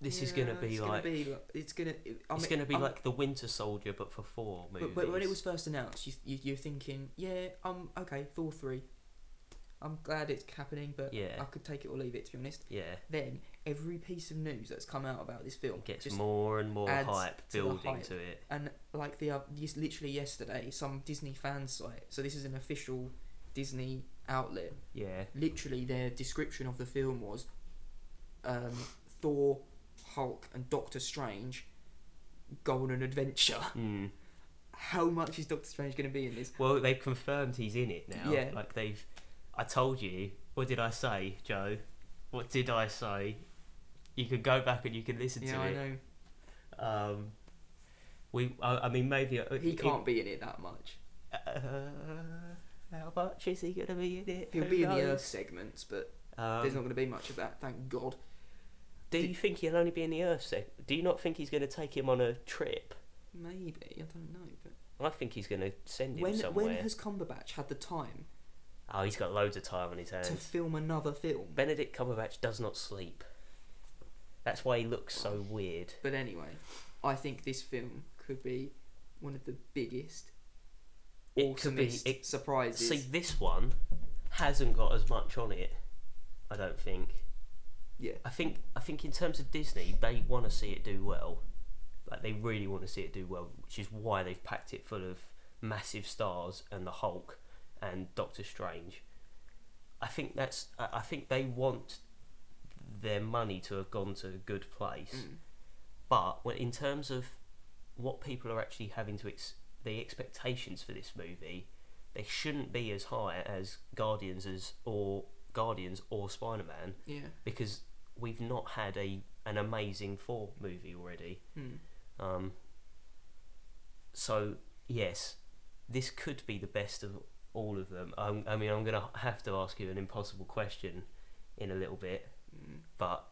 S1: This is gonna
S2: "Yeah,
S1: be
S2: it's
S1: like
S2: gonna be, like- it's gonna it- I
S1: it's
S2: mean,
S1: going to be
S2: I'm-
S1: like the Winter Soldier, but for four movies.
S2: But, but when it was first announced, you, you you're thinking, yeah, um, okay, Thor three. I'm glad it's happening, but
S1: Yeah.
S2: I could take it or leave it. To be honest,
S1: yeah,
S2: then every piece of news that's come out about this film
S1: it gets
S2: just
S1: more and more
S2: adds
S1: hype
S2: to the
S1: building
S2: hype.
S1: to it.
S2: and like the oth- yes, literally yesterday, some Disney fan site. So this is an official Disney outlet.
S1: Yeah,
S2: Literally, their description of the film was um, Thor, Hulk, and Doctor Strange go on an adventure.
S1: mm.
S2: How much is Doctor Strange going to be in this?
S1: Well, they've confirmed he's in it now.
S2: Yeah.
S1: Like they've. I told you. What did I say, Joe? What did I say? You can go back and you can listen
S2: yeah,
S1: to
S2: I
S1: it.
S2: know
S1: Um. We. I, I mean, maybe uh,
S2: he
S1: it-
S2: can't be in it that much.
S1: Uh, how much is he gonna be in it?
S2: He'll
S1: Who
S2: be in the Earth
S1: knows?
S2: segments, but
S1: Um,
S2: there's not going to be much of that. Thank God.
S1: do
S2: d-
S1: you think he'll only be in the Earth segment? Do you not think he's gonna take him on a trip?
S2: Maybe I don't know, but
S1: I think he's gonna send him
S2: when
S1: somewhere.
S2: when has Cumberbatch had the time
S1: Oh, he's got loads of time on his hands.
S2: to film another film?
S1: Benedict Cumberbatch does not sleep. That's why he looks so weird.
S2: But anyway, I think this film could be one of the biggest,
S1: It could be-
S2: awesomest
S1: it-
S2: surprises.
S1: See, this one hasn't got as much on it. I don't think.
S2: yeah,
S1: I think. I think in terms of Disney, they want to see it do well. Like they really want to see it do well, which is why they've packed it full of massive stars and the Hulk and Doctor Strange. I think that's. I I think they want their money to have gone to a good place.
S2: Mm.
S1: But when, in terms of what people are actually having to ex- the expectations for this movie, they shouldn't be as high as Guardians as or Guardians or Spider Man
S2: yeah.
S1: because we've not had a an amazing four movie already.
S2: Hmm.
S1: Um, so yes, this could be the best of all of them. i I mean, I'm gonna have to ask you an impossible question in a little bit,
S2: Mm.
S1: but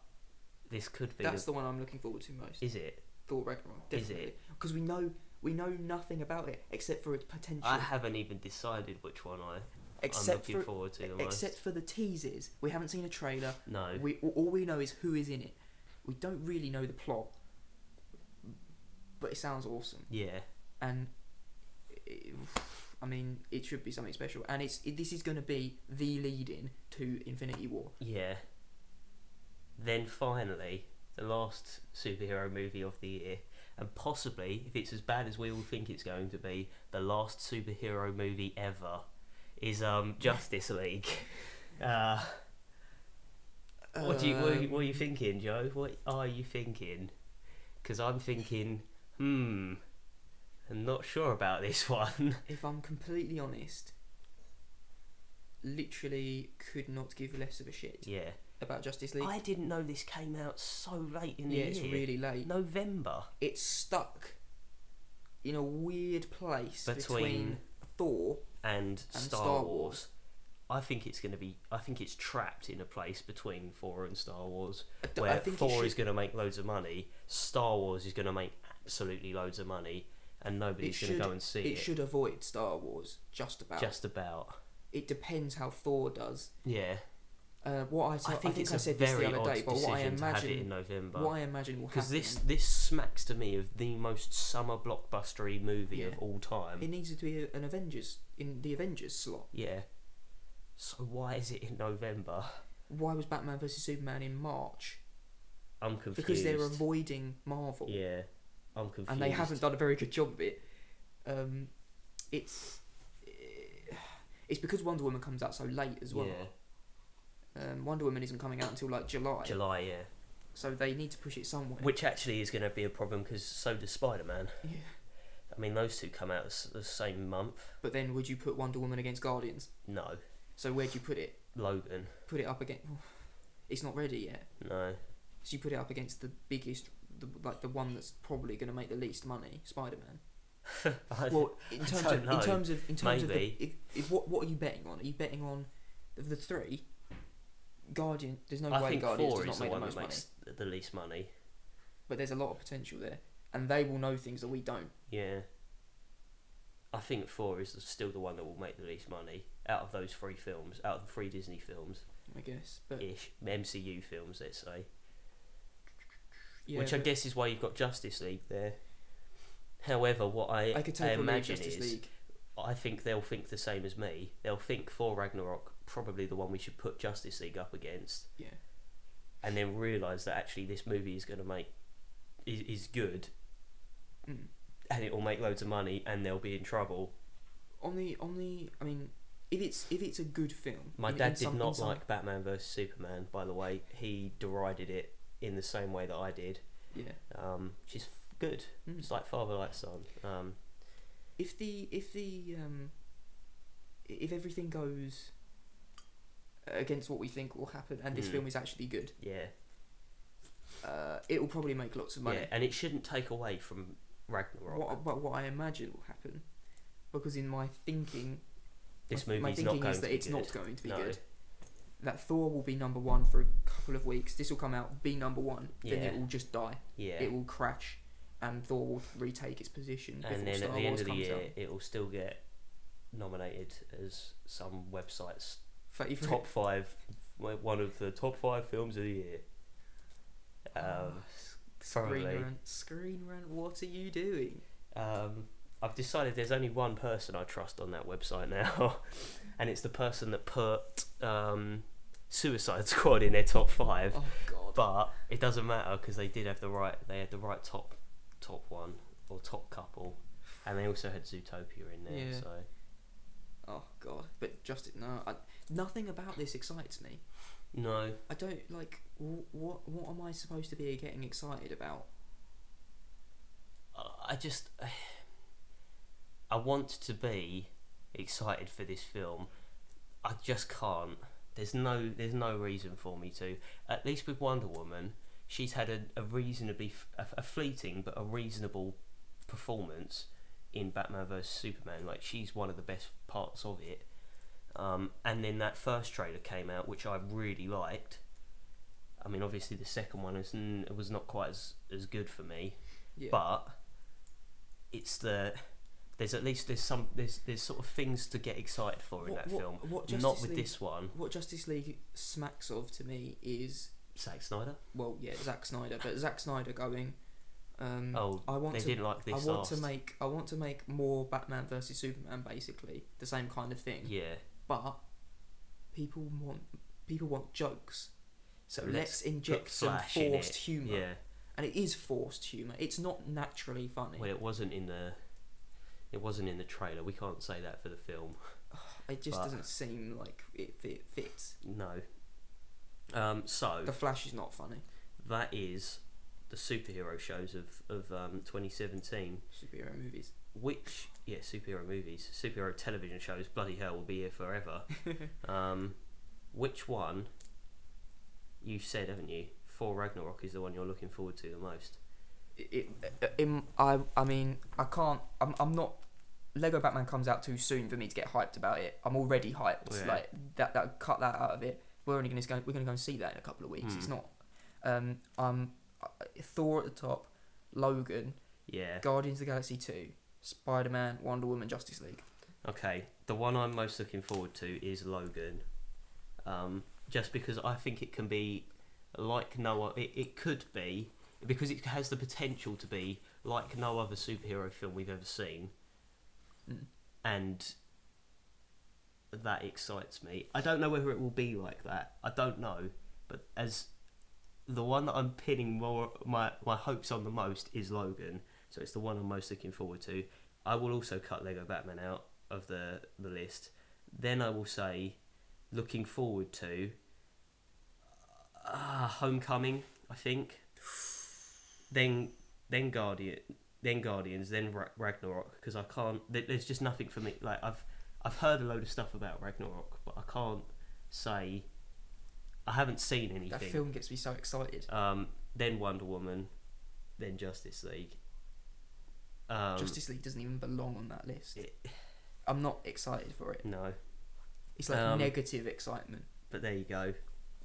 S1: this could be.
S2: That's
S1: The,
S2: the one I'm looking forward to most.
S1: is it?
S2: Thor Ragnarok,
S1: Is it?
S2: definitely, because we know we know nothing about it except for its potential.
S1: I haven't even decided which one I. Ah, I'm
S2: except
S1: looking
S2: for e-,
S1: forward to the most.
S2: except for the teases, we haven't seen a trailer.
S1: No.
S2: We all- all we know is who is in it. We don't really know the plot, but it sounds awesome.
S1: Yeah.
S2: and it, I mean it should be something special. And it's it, this is going to be the lead in to Infinity War.
S1: Yeah. Then finally, the last superhero movie of the year, and possibly, if it's as bad as we all think it's going to be, the last superhero movie ever, is um Justice League. Uh, what do you what,
S2: Uh.
S1: are you- what are you thinking, Joe? What are you thinking? Because I'm thinking, hmm, I'm not sure about this one.
S2: Uh, If I'm completely honest, literally could not give less of a shit
S1: yeah,
S2: about Justice League.
S1: I didn't know this came out so late in the
S2: yeah,
S1: year.
S2: it's really late.
S1: November.
S2: It's stuck in a weird place between,
S1: Between-
S2: Thor.
S1: and,
S2: And
S1: Star,
S2: Star
S1: Wars.
S2: Wars.
S1: I think it's going to be. I think it's trapped in a place between Thor and Star Wars,
S2: I d- I
S1: where
S2: think it
S1: Thor
S2: should-
S1: is going to make loads of money, Star Wars is going to make absolutely loads of money, and
S2: It
S1: nobody's going
S2: should,
S1: to go and see
S2: it
S1: it.
S2: should avoid Star Wars just about.
S1: just about.
S2: It depends how Thor does.
S1: Yeah,
S2: Uh, what I,
S1: I
S2: saw- I
S1: think, it's
S2: I
S1: a
S2: said this
S1: very
S2: the other
S1: odd
S2: day, but
S1: decision
S2: what I
S1: to have it in
S2: imagine,
S1: November.
S2: what I imagine will
S1: Because
S2: happen.
S1: this this smacks to me of the most summer blockbustery movie
S2: Yeah.
S1: of all time.
S2: it needs to be an Avengers in the Avengers slot.
S1: yeah. So why is it in November?
S2: Why was Batman vs Superman in March?
S1: I'm confused.
S2: Because they're avoiding Marvel,
S1: yeah, I'm confused.
S2: and they haven't done a very good job of it. Um, it's it's because Wonder Woman comes out so late as well.
S1: Yeah,
S2: Um, Wonder Woman isn't coming out until like July,
S1: July. Yeah,
S2: so they need to push it somewhere.
S1: which actually is going to be a problem because so does Spider Man.
S2: yeah.
S1: I mean, those two come out s- the same month.
S2: But then, would you put Wonder Woman against Guardians?
S1: No,
S2: So where do you put it?
S1: Logan.
S2: Put it up against. It's not ready yet.
S1: No,
S2: So you put it up against the biggest, the, like the one that's probably going to make the least money, Spider Man.
S1: I-
S2: Well, in
S1: I
S2: terms
S1: don't
S2: of
S1: know.
S2: in terms of in terms of the,
S1: Maybe.
S2: if, if, what what are you betting on? Are you betting on of the three? Guardian, there's no
S1: I
S2: way
S1: think
S2: Guardians
S1: four
S2: does
S1: is
S2: not
S1: the
S2: make
S1: one
S2: the most
S1: that
S2: money,
S1: makes th- the least money.
S2: but there's a lot of potential there, and they will know things that we don't.
S1: Yeah. I think four is still the one that will make the least money out of those three films, out of the three Disney films,
S2: I guess, but
S1: ish MCU films, let's say.
S2: yeah,
S1: Which I
S2: but
S1: guess is why you've got Justice League there. However, what I,
S2: I could take probably
S1: imagine
S2: Justice
S1: is
S2: League.
S1: I think they'll think the same as me. They'll think for Ragnarok probably the one we should put Justice League up against,
S2: Yeah,
S1: and then realise that actually this movie is going to make is, is good,
S2: Mm.
S1: and it will make loads of money, and they'll be in trouble.
S2: on the on the, I mean, if it's if it's a good film,
S1: My
S2: in- in
S1: dad did
S2: some- in
S1: not
S2: some-
S1: like Batman vs Superman. By the way, he derided it in the same way that I did,
S2: Yeah,
S1: um, which is f- good.
S2: Mm.
S1: It's like father like son. Um,
S2: if the if the um, i- if everything goes against what we think will happen, and this
S1: Mm.
S2: film is actually good,
S1: yeah,
S2: uh, it will probably make lots of money.
S1: yeah, and it shouldn't take away from Ragnarok.
S2: What, but what I imagine will happen, because in my thinking,
S1: this
S2: my,
S1: movie's
S2: my
S1: not
S2: thinking
S1: going
S2: is
S1: to
S2: that
S1: be
S2: it's
S1: good.
S2: not going to be
S1: no,
S2: good. That Thor will be number one for a couple of weeks. This will come out, be number one, then
S1: Yeah.
S2: it will just die.
S1: yeah,
S2: It will crash, and Thor will retake its position.
S1: and
S2: before
S1: then
S2: Star
S1: at the
S2: Wars
S1: end of the
S2: comes
S1: year,
S2: out.
S1: it will still get nominated as some website's
S2: Favourite-
S1: top five, one of the top five films of the year. Um,
S2: Screen
S1: probably.
S2: rant, screen rant. What are you doing?
S1: Um, I've decided there's only one person I trust on that website now, and it's the person that put um, Suicide Squad in their top five.
S2: Oh God.
S1: But it doesn't matter because they did have the right. They had the right top top one or top couple, and they also had Zootopia in there.
S2: Yeah.
S1: So
S2: oh God. But Justin, no, I, nothing about this excites me.
S1: no,
S2: I don't like. Wh- what What am I supposed to be getting excited about?
S1: I- I just I want to be excited for this film. I just can't. There's no there's no reason for me to. At least with Wonder Woman, she's had a, a reasonably f- a, a fleeting but a reasonable performance in Batman vs Superman. Like she's one of the best parts of it. Um, and then that first trailer came out, which I really liked. I mean, obviously the second one is n- was not quite as as good for me
S2: Yeah.
S1: but it's the there's at least there's some there's there's sort of things to get excited for in
S2: What-
S1: that
S2: what-
S1: film.
S2: what
S1: Not
S2: Justice
S1: with
S2: League-
S1: this one,
S2: what Justice League smacks of to me is
S1: Zack Snyder.
S2: well, yeah, Zack Snyder, but Zack Snyder going. Um,
S1: Oh,
S2: I want
S1: they
S2: to.
S1: didn't like
S2: I
S1: this.
S2: want to
S1: last.
S2: make. I want to make more Batman versus Superman, basically the same kind of thing.
S1: yeah.
S2: But people want people want jokes, so
S1: So
S2: let's,
S1: let's
S2: inject
S1: put
S2: some
S1: Flash in
S2: forced
S1: it.
S2: humour.
S1: Yeah.
S2: And it is forced humour. It's not naturally funny.
S1: Well, it wasn't in the it wasn't in the trailer. We can't say that for the film.
S2: it just
S1: but-
S2: doesn't seem like it, it fits.
S1: No. Um. So
S2: The Flash is not funny.
S1: that is the superhero shows of of um 2017.
S2: Superhero movies.
S1: which yeah superhero movies superhero television shows bloody hell will be here forever um, which one you said haven't you for ragnarok is the one you're looking forward to the most
S2: it, it, in, I, I mean, I can't. I'm, I'm not. Lego Batman comes out too soon for me to get hyped about it. I'm already hyped.
S1: Yeah.
S2: Like that, that cut that out of it. We're only gonna go. We're gonna go and see that in a couple of weeks. It's
S1: Hmm.
S2: not. Um, um, Thor at the top, Logan,
S1: yeah
S2: Guardians of the Galaxy two, Spider Man, Wonder Woman, Justice League.
S1: okay the one i'm most looking forward to is logan um, just because I think it can be like no o- it, it could be because it has the potential to be like no other superhero film we've ever seen
S2: Mm.
S1: and that excites me i don't know whether it will be like that i don't know but as the one that i'm pinning more my, my hopes on the most is logan so it's the one i'm most looking forward to i will also cut lego batman out of the, the list then i will say looking forward to uh, Homecoming, I think. Then then Guardian, then Guardians, then Ra- Ragnarok because I can't. there- There's just nothing for me. Like I've I've heard a load of stuff about Ragnarok, but I can't say I haven't seen anything.
S2: That film gets me so excited.
S1: Um, then Wonder Woman, then Justice League. Um,
S2: Justice League doesn't even belong on that list.
S1: it-
S2: I'm not excited for it.
S1: no,
S2: It's like
S1: Um,
S2: negative excitement.
S1: but there you go.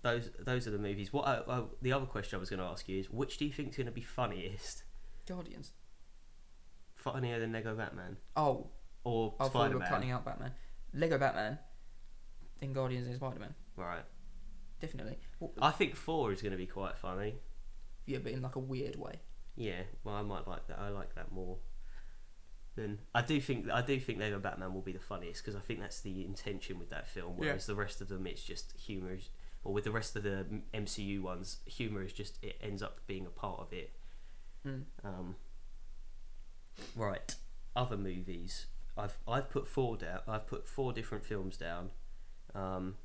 S1: Those those are the movies. What I, I, the other question I was going to ask you is, which do you think's going to be funniest?
S2: Guardians.
S1: Funnier than Lego Batman
S2: Oh,
S1: or
S2: I thought we
S1: Spider
S2: were cutting
S1: Man?
S2: out Batman. Lego Batman, then Guardians and Spider Man.
S1: Right.
S2: Definitely. Well,
S1: I think four is going to be quite funny.
S2: yeah, but in like a weird way.
S1: Yeah, well, I might like that. I like that more. Than I do think I do think Lego Batman will be the funniest because I think that's the intention with that film.
S2: Yeah.
S1: Whereas the rest of them, it's just humor. Is, or with the rest of the M- MCU ones, humor is just it ends up being a part of it.
S2: Mm.
S1: Um, right, other movies. I've I've put four down. I've put four different films down. Um,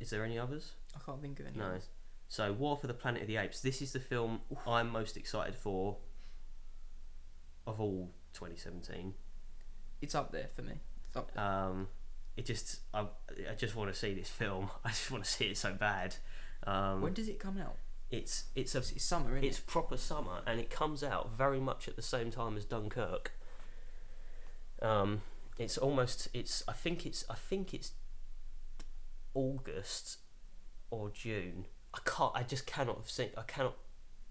S1: is there any others?
S2: I can't think of any.
S1: No.
S2: others.
S1: So, War for the Planet of the Apes. This is the film I'm most excited for of all 2017.
S2: It's up there for me. It's up there.
S1: Um, it just, I, I just want to see this film. I just want to see it so bad. Um,
S2: when does it come out?
S1: it's it's a
S2: It's, it's summer, isn't
S1: it's
S2: it?
S1: proper summer, and it comes out very much at the same time as Dunkirk. Um, it's almost it's I think it's I think it's August or June. I can't. I just cannot have seen. I cannot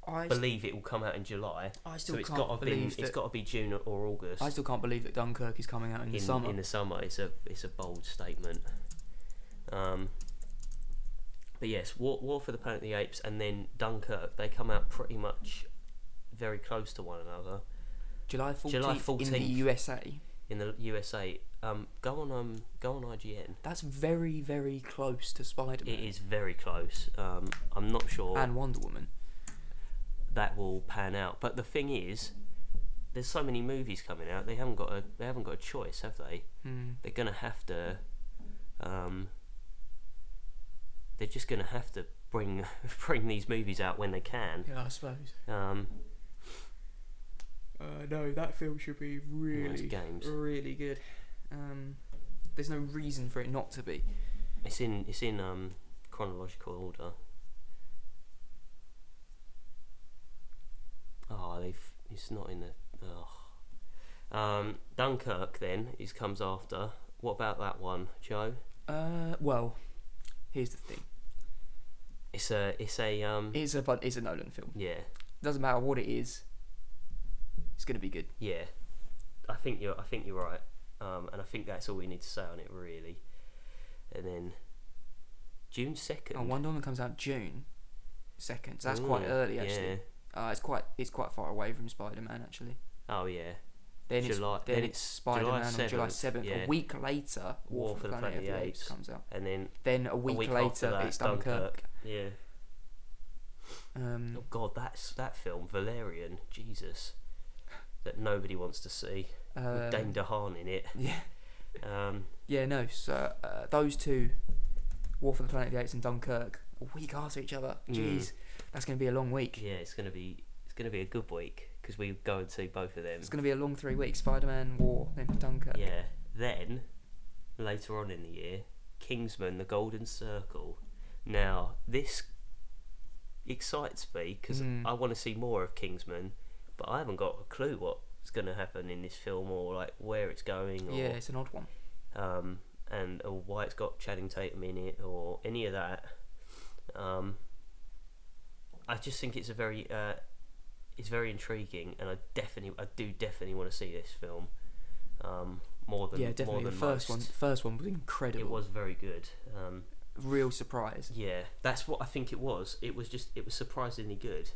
S2: I,
S1: believe it will come out in July.
S2: I
S1: So
S2: still
S1: it's
S2: can't
S1: got to be
S2: believe
S1: it's
S2: that.
S1: got to be June or August
S2: I still can't believe that Dunkirk is coming out in,
S1: in
S2: the summer.
S1: In the summer, it's a it's a bold statement. Um, but yes, War, War for the Planet of the Apes and then Dunkirk. They come out pretty much very close to one another
S2: July 14th,
S1: July
S2: in the
S1: 14th.
S2: USA.
S1: in the USA. Um, go on um go on IGN.
S2: That's very, very close to Spider Man
S1: It is very close. Um, I'm not sure
S2: and Wonder Woman.
S1: that will pan out. But the thing is, there's so many movies coming out. They haven't got a they haven't got a choice, have they?
S2: Hmm.
S1: they're gonna have to um, they're just gonna have to bring bring these movies out when they can
S2: Yeah, I suppose.
S1: um
S2: Uh, no, that film should be
S1: and that's
S2: really,
S1: games
S2: really good. Um, there's no reason for it not to be.
S1: it's in it's in um chronological order oh they've it's not in the oh. um dunkirk then is comes after what about that one joe
S2: Uh, well, here's the thing.
S1: it's a it's a um
S2: It's a fun, it's a Nolan film.
S1: yeah
S2: Doesn't matter what it is. It's gonna be good.
S1: Yeah, I think you're. I think you're right, um, and I think that's all we need to say on it really. And then June second.
S2: Oh, Wonder Woman comes out June second. So that's quite early actually. Uh, it's quite it's quite far away from Spider Man actually.
S1: Oh yeah.
S2: Then
S1: July-
S2: it's then,
S1: then
S2: it's
S1: it's
S2: Spider Man
S1: July
S2: on July
S1: 7th,
S2: seventh.
S1: yeah.
S2: A week later, War, for the Planet, of the Apes comes out.
S1: And then
S2: Then a
S1: a
S2: week,
S1: week after
S2: later,
S1: that,
S2: it's
S1: Dunkirk.
S2: Dunkirk.
S1: Yeah.
S2: Um,
S1: Oh God, that's that film Valerian. Jesus, that nobody wants to see.
S2: uh,
S1: With Dane DeHaan in it.
S2: yeah,
S1: Um,
S2: yeah, no. So uh, those two, War for the Planet of the Apes and Dunkirk, a week after each other.
S1: Mm.
S2: Jeez, that's gonna be a long week.
S1: yeah, it's gonna be it's gonna be a good week because we go and see both of them.
S2: It's gonna be a long three weeks. Spider Man, War, then Dunkirk.
S1: Yeah. Then, later on in the year, Kingsman: The Golden Circle. Now this excites me because
S2: Mm.
S1: I want to see more of Kingsman, but I haven't got a clue what's going to happen in this film or like where it's going or
S2: Yeah, it's an odd one.
S1: um, and or why it's got Channing Tatum in it or any of that. Um, I just think it's a very uh, it's very intriguing, and I definitely I do definitely want to see this film um, more than
S2: yeah, definitely.
S1: More
S2: The
S1: than
S2: first
S1: most.
S2: one, first one was incredible.
S1: It was very good. Um,
S2: real surprise.
S1: Yeah, that's what I think it was. It was just it was surprisingly good,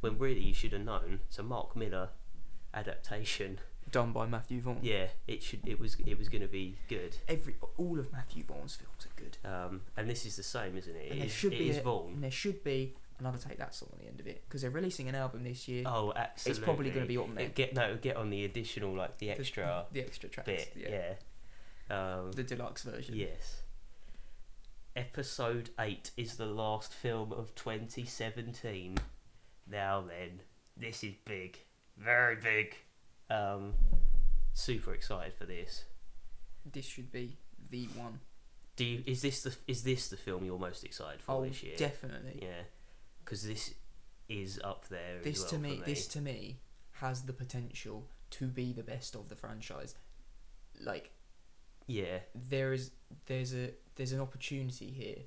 S1: when really you should have known. It's a Mark Miller adaptation.
S2: Done by Matthew Vaughn.
S1: Yeah, it should it was it was going to be good.
S2: Every all of Matthew Vaughn's films are good.
S1: Um, and this is the same, isn't it? It
S2: And there
S1: is-
S2: should
S1: it
S2: be
S1: is
S2: a-
S1: Vaughn.
S2: And there should be another take that song on the end of it because they're releasing an album this year.
S1: Oh, absolutely.
S2: it's probably going to be on there.
S1: It get no, it'll get on the additional like the
S2: The-
S1: extra
S2: the, extra tracks.
S1: bit. Yeah. Um,
S2: The deluxe version.
S1: yes. Episode eight is the last film of 2017. Now then, this is big, very big. Um, super excited for this.
S2: This should be the one.
S1: Do you, is this the is this the film you're most excited for
S2: Oh,
S1: this year?
S2: definitely.
S1: Yeah, because this is up there. as
S2: This
S1: well
S2: to
S1: for
S2: me,
S1: me.
S2: this to me has the potential to be the best of the franchise. Like
S1: Yeah,
S2: there is, there's a, there's an opportunity here.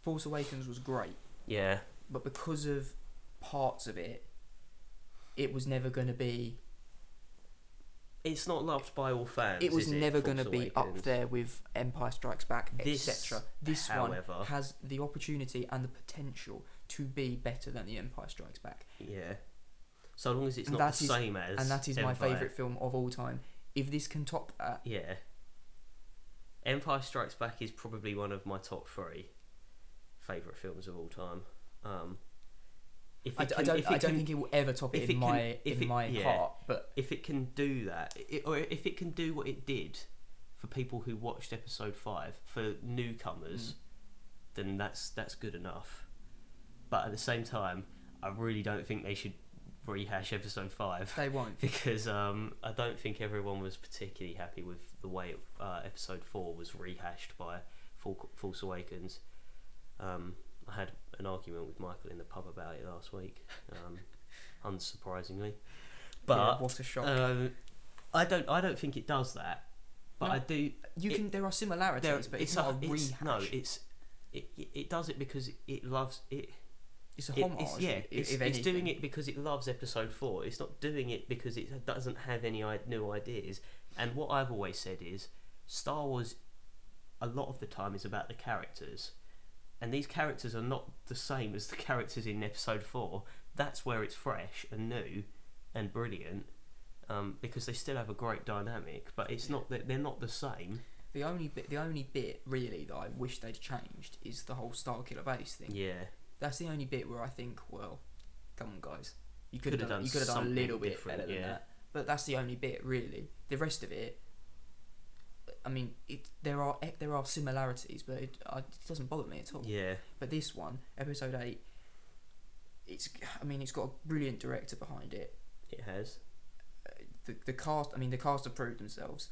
S2: Force Awakens was great,
S1: yeah,
S2: but because of parts of it, it was never going to be.
S1: It's not loved by all fans.
S2: It was
S1: is
S2: never
S1: Force
S2: going to be up
S1: Awakens?
S2: there with Empire Strikes Back,
S1: This,
S2: etc. This
S1: however-
S2: one has the opportunity and the potential to be better than the Empire Strikes Back.
S1: Yeah. So long as it's
S2: And
S1: not
S2: that
S1: the
S2: is-
S1: same as.
S2: and that is my
S1: Empire.
S2: favourite film of all time. If this can top that,
S1: Yeah. Empire Strikes Back is probably one of my top three favourite films of all time. Um, if
S2: I,
S1: it
S2: d- I
S1: can-
S2: don't,
S1: if
S2: I
S1: it
S2: don't
S1: can-
S2: think it will ever top
S1: if
S2: it
S1: it
S2: in
S1: can-
S2: my
S1: if
S2: in
S1: it-
S2: my
S1: yeah.
S2: heart. But
S1: if it can do that, it, or if it can do what it did for people who watched episode five for newcomers, then that's that's good enough. But at the same time, I really don't think they should rehash episode five
S2: they won't.
S1: because um, I don't think everyone was particularly happy with the way uh, episode four was rehashed by Fal- False Awakens. Um, I had an argument with Michael in the pub about it last week, um, unsurprisingly.
S2: Yeah,
S1: But
S2: what a shock!
S1: um, I don't. I don't think it does that. But
S2: No.
S1: I do.
S2: you
S1: it-
S2: can. There are similarities,
S1: there-
S2: but it's, not a
S1: it's-
S2: rehash.
S1: No, it's it, it. it does it because it loves it.
S2: it's a
S1: it-
S2: homage.
S1: it's, yeah,
S2: i-
S1: it's,
S2: if
S1: it's doing
S2: anything.
S1: it because it loves episode four. It's not doing it because it doesn't have any i- new ideas. And what I've always said is, Star Wars, a lot of the time is about the characters, and these characters are not the same as the characters in episode four. That's where it's fresh and new, and brilliant, um, because they still have a great dynamic. But it's not that they're not the same.
S2: The only bit, the only bit really that I wish they'd changed is the whole Starkiller Base thing.
S1: Yeah,
S2: That's the only bit where I think, well, come on, guys, you could
S1: Coulda
S2: have done,
S1: done
S2: you could have done a
S1: something
S2: little bit
S1: different,
S2: better than
S1: yeah.
S2: that. But that's the only bit really. The rest of it, I mean, it there are e- there are similarities, but it, I, it doesn't bother me at all.
S1: yeah,
S2: But this one, episode eight, it's I mean, it's got a brilliant director behind it.
S1: it has.
S2: The the cast, I mean, the cast have proved themselves.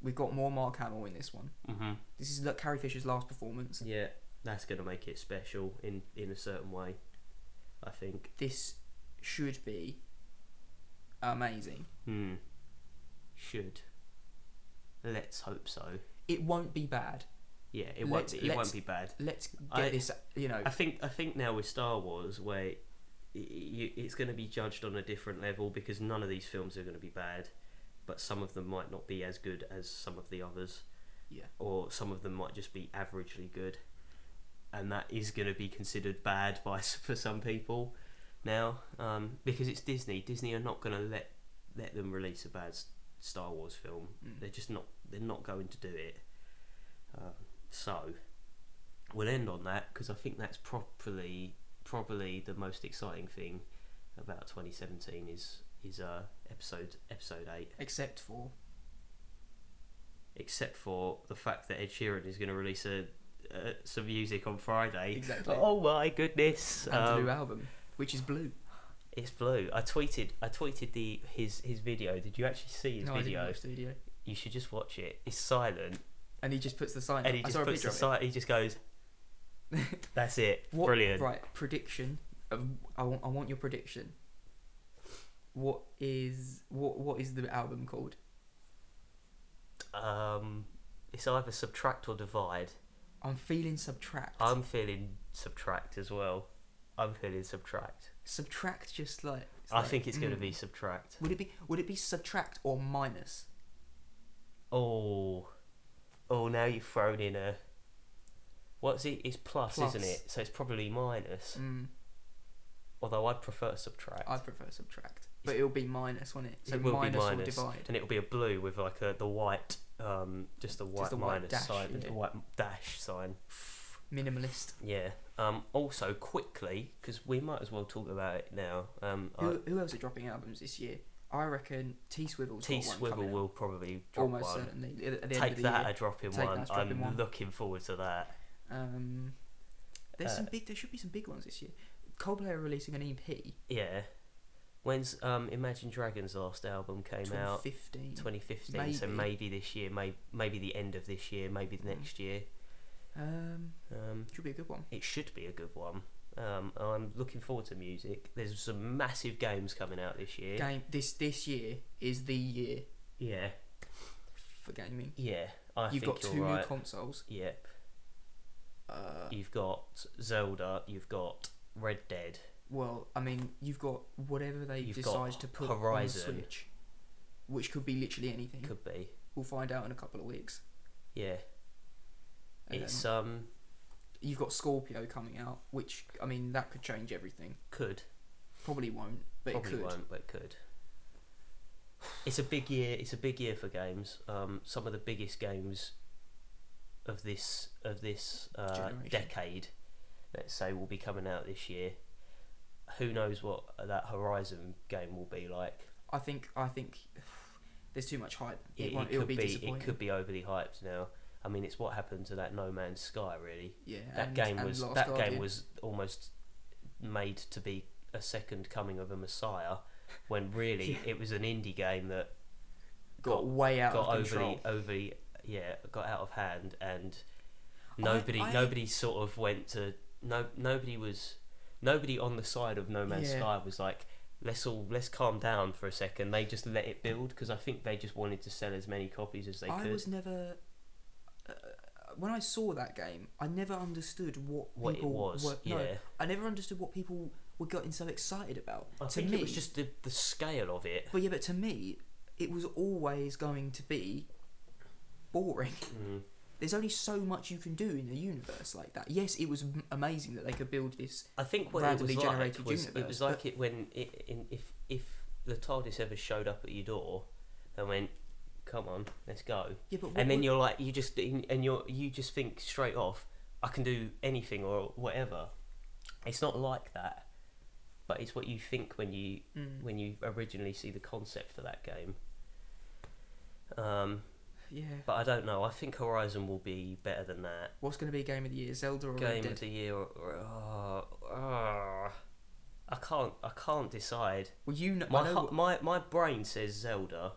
S2: We've got more Mark Hamill in this one.
S1: hmm
S2: This is like Carrie Fisher's last performance.
S1: Yeah, that's gonna make it special in in a certain way. I think.
S2: This should be amazing.
S1: Hmm. Should. Let's hope so.
S2: It won't be bad.
S1: Yeah, it won't.
S2: Let's-
S1: Be, it
S2: let's-
S1: won't be bad.
S2: Let's get
S1: I-
S2: this. You know,
S1: I think. I think now with Star Wars, where y- y- it's going to be judged on a different level because none of these films are going to be bad, but some of them might not be as good as some of the others.
S2: Yeah.
S1: Or some of them might just be averagely good, and that is going to be considered bad by s- for some people now um, because it's Disney. Disney are not going to let let them release a bad s- Star Wars film.
S2: Mm.
S1: They're just not. They're not going to do it. Um, so we'll end on that because I think that's properly probably the most exciting thing about 2017 is is uh episode episode eight.
S2: except for
S1: Except for the fact that Ed Sheeran is going to release a uh, some music on Friday.
S2: Exactly.
S1: Oh my goodness.
S2: and the
S1: Um,
S2: new album, which is blue.
S1: It's blue. I tweeted. I tweeted the his his video. Did you actually see his
S2: no, I didn't
S1: video?
S2: watch the video.
S1: You should just watch it. It's silent,
S2: And he just puts the sign.
S1: and
S2: up.
S1: he
S2: I
S1: just
S2: saw a
S1: puts
S2: picture
S1: the
S2: of it.
S1: site. He just goes, "That's it.
S2: What-
S1: Brilliant."
S2: Right, prediction. Um, I want, I want your prediction. What is what what is the album called?
S1: Um, it's either subtract or divide.
S2: I'm feeling subtract.
S1: I'm feeling subtract as well. I'm feeling subtract.
S2: subtract just like. it's
S1: I
S2: like,
S1: think it's going to
S2: mm.
S1: be subtract.
S2: Would it be would it be subtract or minus?
S1: Oh, oh! Now you've thrown in a What's it? It's plus, isn't
S2: Plus.
S1: it? So it's probably minus.
S2: Mm,
S1: Although I'd prefer subtract.
S2: I prefer subtract, but it'll be minus, won't it? So
S1: it will
S2: minus,
S1: be minus,
S2: or divide.
S1: and it'll be a blue with like a the white, um, just a white
S2: the white
S1: minus
S2: dash,
S1: sign,
S2: yeah.
S1: the white dash sign.
S2: Minimalist.
S1: Yeah. Um. Also, quickly, because we might as well talk about it now. Um. I-
S2: Who, who else are dropping albums this year? I reckon T Swivel.
S1: T Swivel will probably drop
S2: almost
S1: one.
S2: certainly at the- at the end
S1: Take
S2: of the
S1: that
S2: year.
S1: a drop in
S2: Take
S1: one.
S2: that's drop
S1: I'm
S2: in one.
S1: looking forward to that.
S2: Um, there's
S1: Uh,
S2: some big. There should be some big ones this year. Coldplay are releasing an E EP.
S1: Yeah. When's um Imagine Dragons last album came out?
S2: 2015.
S1: 2015. So
S2: Maybe.
S1: maybe this year, may- maybe the end of this year, maybe the
S2: Mm.
S1: next year.
S2: Um,
S1: Um,
S2: should be a good one.
S1: it should be a good one. Um, I'm looking forward to music. There's some massive games coming out this year.
S2: Game. This this year is the year
S1: yeah,
S2: for gaming.
S1: yeah. I
S2: You've
S1: think
S2: got
S1: you're
S2: two
S1: right.
S2: new consoles.
S1: yep.
S2: Uh,
S1: You've got Zelda. You've got Red Dead.
S2: well, I mean, you've got whatever they
S1: You've got
S2: decide to put on
S1: Horizon.
S2: the Switch, which could be literally anything.
S1: Could be.
S2: We'll find out in a couple of weeks.
S1: Yeah.
S2: Um,
S1: It's um
S2: you've got Scorpio coming out, which I mean that could change everything.
S1: could
S2: Probably won't, but
S1: probably
S2: it could.
S1: won't, but could. It's a big year. It's a big year for games. Um, some of the biggest games of this of this uh,
S2: Generation.
S1: decade, let's say, will be coming out this year. Who knows what that Horizon game will be like?
S2: I think I think there's too much hype. It,
S1: It,
S2: won't.
S1: it
S2: it'll
S1: could
S2: be,
S1: be,
S2: disappointing.
S1: it could be overly hyped now. I mean, it's what happened to that No Man's Sky. Really,
S2: yeah.
S1: that
S2: and,
S1: game
S2: and
S1: was
S2: Last
S1: that
S2: Guardian.
S1: game was almost made to be a second coming of a Messiah, when really it was an indie game that
S2: got,
S1: got-
S2: way out
S1: got
S2: of control.
S1: overly overly yeah got out of hand and nobody
S2: I-
S1: nobody sort of went to no nobody was nobody on the side of No Man's
S2: Yeah.
S1: Sky was like let's all let's calm down for a second they just let it build because I think they just wanted to sell as many copies as they
S2: I
S1: could
S2: was never. Uh, when I saw that game, I never understood what
S1: what it
S2: people
S1: was
S2: were. No,
S1: yeah
S2: I never understood what people were getting so excited about.
S1: I
S2: to
S1: think
S2: me,
S1: it was just the, the scale of it
S2: But yeah, but to me, it was always going to be boring.
S1: Mm.
S2: There's only so much you can do in a universe like that. Yes, it was m- amazing that they could build this.
S1: I think what it was
S2: randomly
S1: like
S2: generated
S1: was it
S2: universe,
S1: was
S2: but-
S1: like it when it, in, if if the TARDIS ever showed up at your door and went come on let's go
S2: Yeah, but what
S1: and then
S2: would-
S1: you're like you just and you you just think straight off i can do anything or whatever it's not like that but it's what you think when you
S2: Mm.
S1: when you originally see the concept for that game um
S2: yeah.
S1: but i don't know i think horizon will be better than that
S2: What's going to be game of the year? Zelda or Red
S1: game
S2: Dead?
S1: of the year or, oh, ah. i can't i can't decide
S2: Well, you know.
S1: my
S2: I know
S1: hu-
S2: what-
S1: my my brain says zelda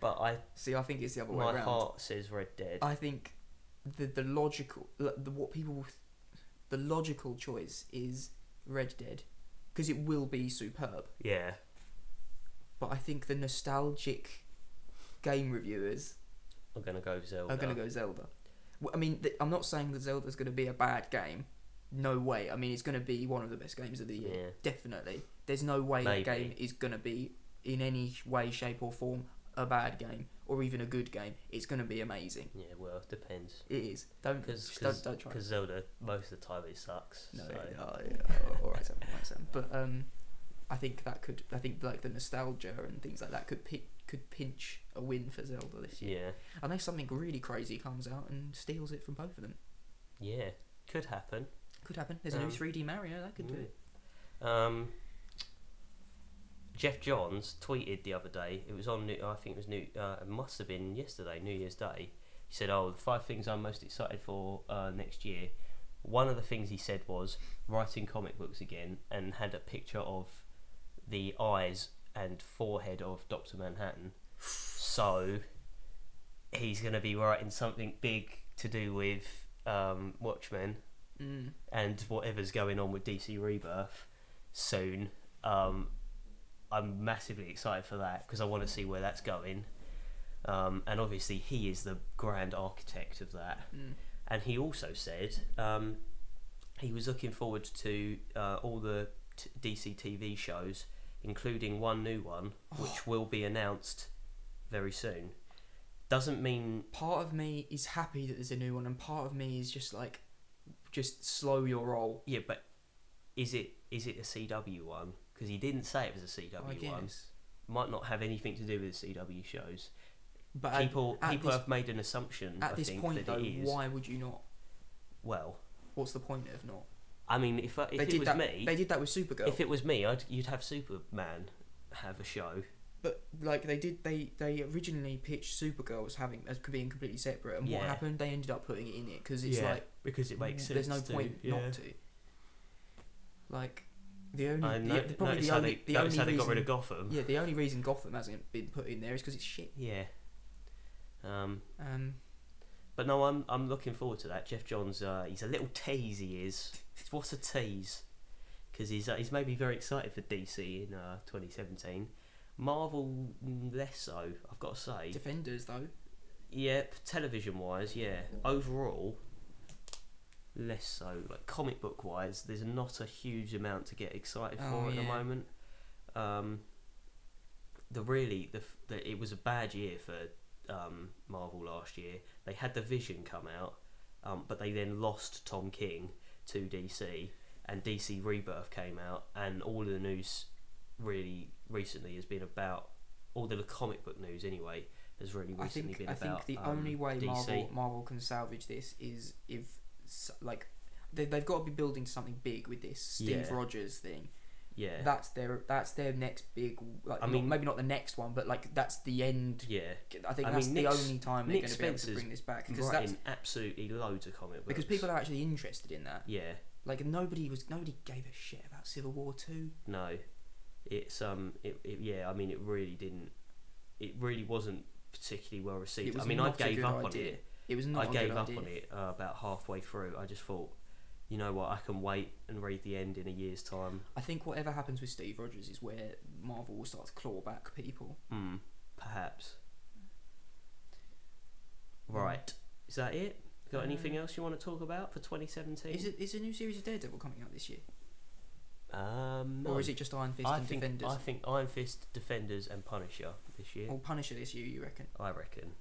S1: but i
S2: see, I think it's the other way
S1: my
S2: around.
S1: heart says red dead
S2: I think the the logical the, the what people the logical choice is Red Dead because it will be superb.
S1: yeah
S2: But I think the nostalgic game reviewers
S1: I'm gonna go with Zelda.
S2: are going to go Zelda. Well, I mean, th- I'm not saying that Zelda's going to be a bad game. No way. I mean, it's going to be one of the best games of the year.
S1: Yeah.
S2: Definitely. There's no way
S1: Maybe.
S2: that game is going to be in any way, shape, or form a bad game or even a good game. It's going to be amazing.
S1: Yeah, well, depends.
S2: It is. Don't
S1: Because
S2: just don't, don't try. Oh.
S1: because Zelda most of the time it sucks.
S2: No,
S1: so.
S2: oh, yeah, all right, Sam, all right, Sam. But um, I think that could. I think like the nostalgia and things like that could pi- could pinch a win for Zelda this year,
S1: Yeah,
S2: unless something really crazy comes out and steals it from both of them.
S1: yeah, could happen.
S2: Could happen. There's a new
S1: Um,
S2: 3D Mario that could do it.
S1: Mm. Um, Jeff Johns tweeted the other day. It was on. New, I think it was new. Uh, it must have been yesterday, New Year's Day. He said, "Oh, the five things I'm most excited for uh, next year." One of the things he said was writing comic books again, and had a picture of the eyes and forehead of Doctor Manhattan. So he's going to be writing something big to do with um, Watchmen
S2: Mm.
S1: and whatever's going on with DC Rebirth soon. Um, I'm massively excited for that because I want to see where that's going. Um, and obviously, he is the grand architect of that.
S2: Mm.
S1: And he also said um, he was looking forward to uh, all the t- DC TV shows,
S2: Oh.
S1: including one new one, which will be announced very soon. doesn't mean
S2: Part of me is happy that there's a new one, and part of me is just like, just slow your roll.
S1: yeah, but is it is it a CW one? Because he didn't say it was a CW
S2: I
S1: one.
S2: guess.
S1: Might not have anything to do with the CW shows.
S2: But at-
S1: people
S2: at
S1: people
S2: this,
S1: have made an assumption.
S2: at
S1: I
S2: this
S1: think,
S2: point
S1: that
S2: though,
S1: it is.
S2: why would you not?
S1: Well,
S2: What's the point of not?
S1: I mean, if I- if
S2: they
S1: it
S2: did
S1: was
S2: that.
S1: me,
S2: They did that with Supergirl.
S1: if it was me, I'd you'd have Superman have a show.
S2: But like they did, they they originally pitched Supergirl as having as being completely separate, and
S1: Yeah.
S2: what happened? They ended up putting it in it because it's
S1: Yeah,
S2: like mm,
S1: because it makes sense.
S2: there's no
S1: to,
S2: point
S1: yeah.
S2: not to. Like the only,
S1: I
S2: the,
S1: no-
S2: the- probably
S1: notice
S2: the
S1: how
S2: only,
S1: they,
S2: the
S1: notice
S2: only
S1: how they
S2: reason,
S1: got rid of Gotham.
S2: yeah, the only reason Gotham hasn't been put in there is because it's shit.
S1: Yeah. Um,
S2: Um,
S1: but no, I'm I'm looking forward to that. Jeff Johns, uh, he's a little tease. He is. What a tease! Because he's uh, he's made me very excited for DC in uh, 2017. Marvel mm, less so. I've got to say.
S2: Defenders though,
S1: Yep, television wise, yeah. Overall, less so. Like comic book wise, there's not a huge amount to get excited for
S2: Oh,
S1: at the
S2: yeah.
S1: moment. Um, the really the, f- the it was a bad year for um, Marvel last year. They had the Vision come out, um, but they then lost Tom King to DC, and DC Rebirth came out, and all of the news really recently has been about all the comic book news anyway has really
S2: I
S1: recently
S2: think
S1: been
S2: I
S1: about.
S2: think the
S1: um,
S2: only way
S1: DC.
S2: Marvel Marvel can salvage this is if s- like they they've got to be building something big with this Steve
S1: Yeah.
S2: Rogers thing.
S1: yeah,
S2: that's their that's their next big like
S1: I
S2: I
S1: mean-
S2: mean maybe not the next one but like that's the end
S1: yeah,
S2: I think
S1: I
S2: that's
S1: mean,
S2: the
S1: Nick's-
S2: only time
S1: Nick
S2: they're going to be able to
S1: Spencer's
S2: bring this back because
S1: right
S2: that's
S1: in absolutely loads of comic books
S2: because people are actually interested in that
S1: yeah,
S2: like nobody was nobody gave a shit about Civil War 2
S1: no, it's um, it, it yeah, I mean, it really didn't, it really wasn't particularly well received.
S2: it was
S1: I mean, I
S2: not a
S1: gave
S2: good
S1: up
S2: idea.
S1: on it.
S2: it was
S1: I
S2: not a
S1: gave
S2: good
S1: up
S2: idea
S1: on it uh, about halfway through. I just thought, you know what, I can wait and read the end in a year's time.
S2: I think whatever happens with Steve Rogers is where Marvel will start to claw back people
S1: Hmm, perhaps.
S2: Hmm.
S1: Right, is that it? Got anything else you want to talk about for 2017?
S2: Uh, is it is a new series of Daredevil coming out this year
S1: Um, no.
S2: or is it just Iron Fist
S1: I
S2: and
S1: think,
S2: Defenders Oh.
S1: I think Iron Fist, Defenders, and Punisher this year.
S2: or Punisher this year you reckon
S1: I reckon.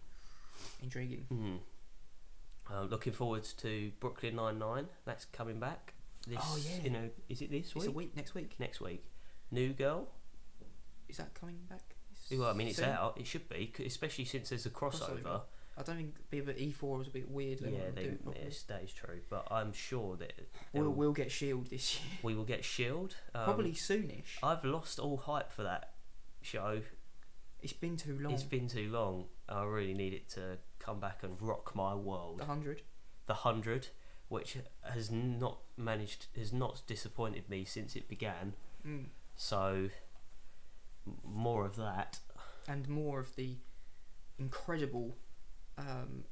S2: intriguing
S1: Hmm. Uh, looking forward to Brooklyn Nine Nine. That's coming back. This,
S2: Oh, yeah.
S1: You know, is it this
S2: it's a
S1: week?
S2: week next week
S1: Next week. New Girl.
S2: is that coming back this
S1: Well, I mean, it's
S2: soon?
S1: out. It should be, c- especially since there's a crossover.
S2: Crossover. I don't think be a bit E four was a bit weird.
S1: Yeah,
S2: Yeah,
S1: they,
S2: do it properly.
S1: yes, that is true. But I'm sure that
S2: we'll
S1: they'll-
S2: we'll get Shield E this year,
S1: we will get Shield. Um,
S2: probably soonish.
S1: I've lost all hype for that show.
S2: It's been too long.
S1: It's been too long. I really need it to come back and rock my world.
S2: the hundred.
S1: the hundred, which has not managed has not disappointed me since it began.
S2: Mm.
S1: So m- more of that.
S2: And more of the incredible um,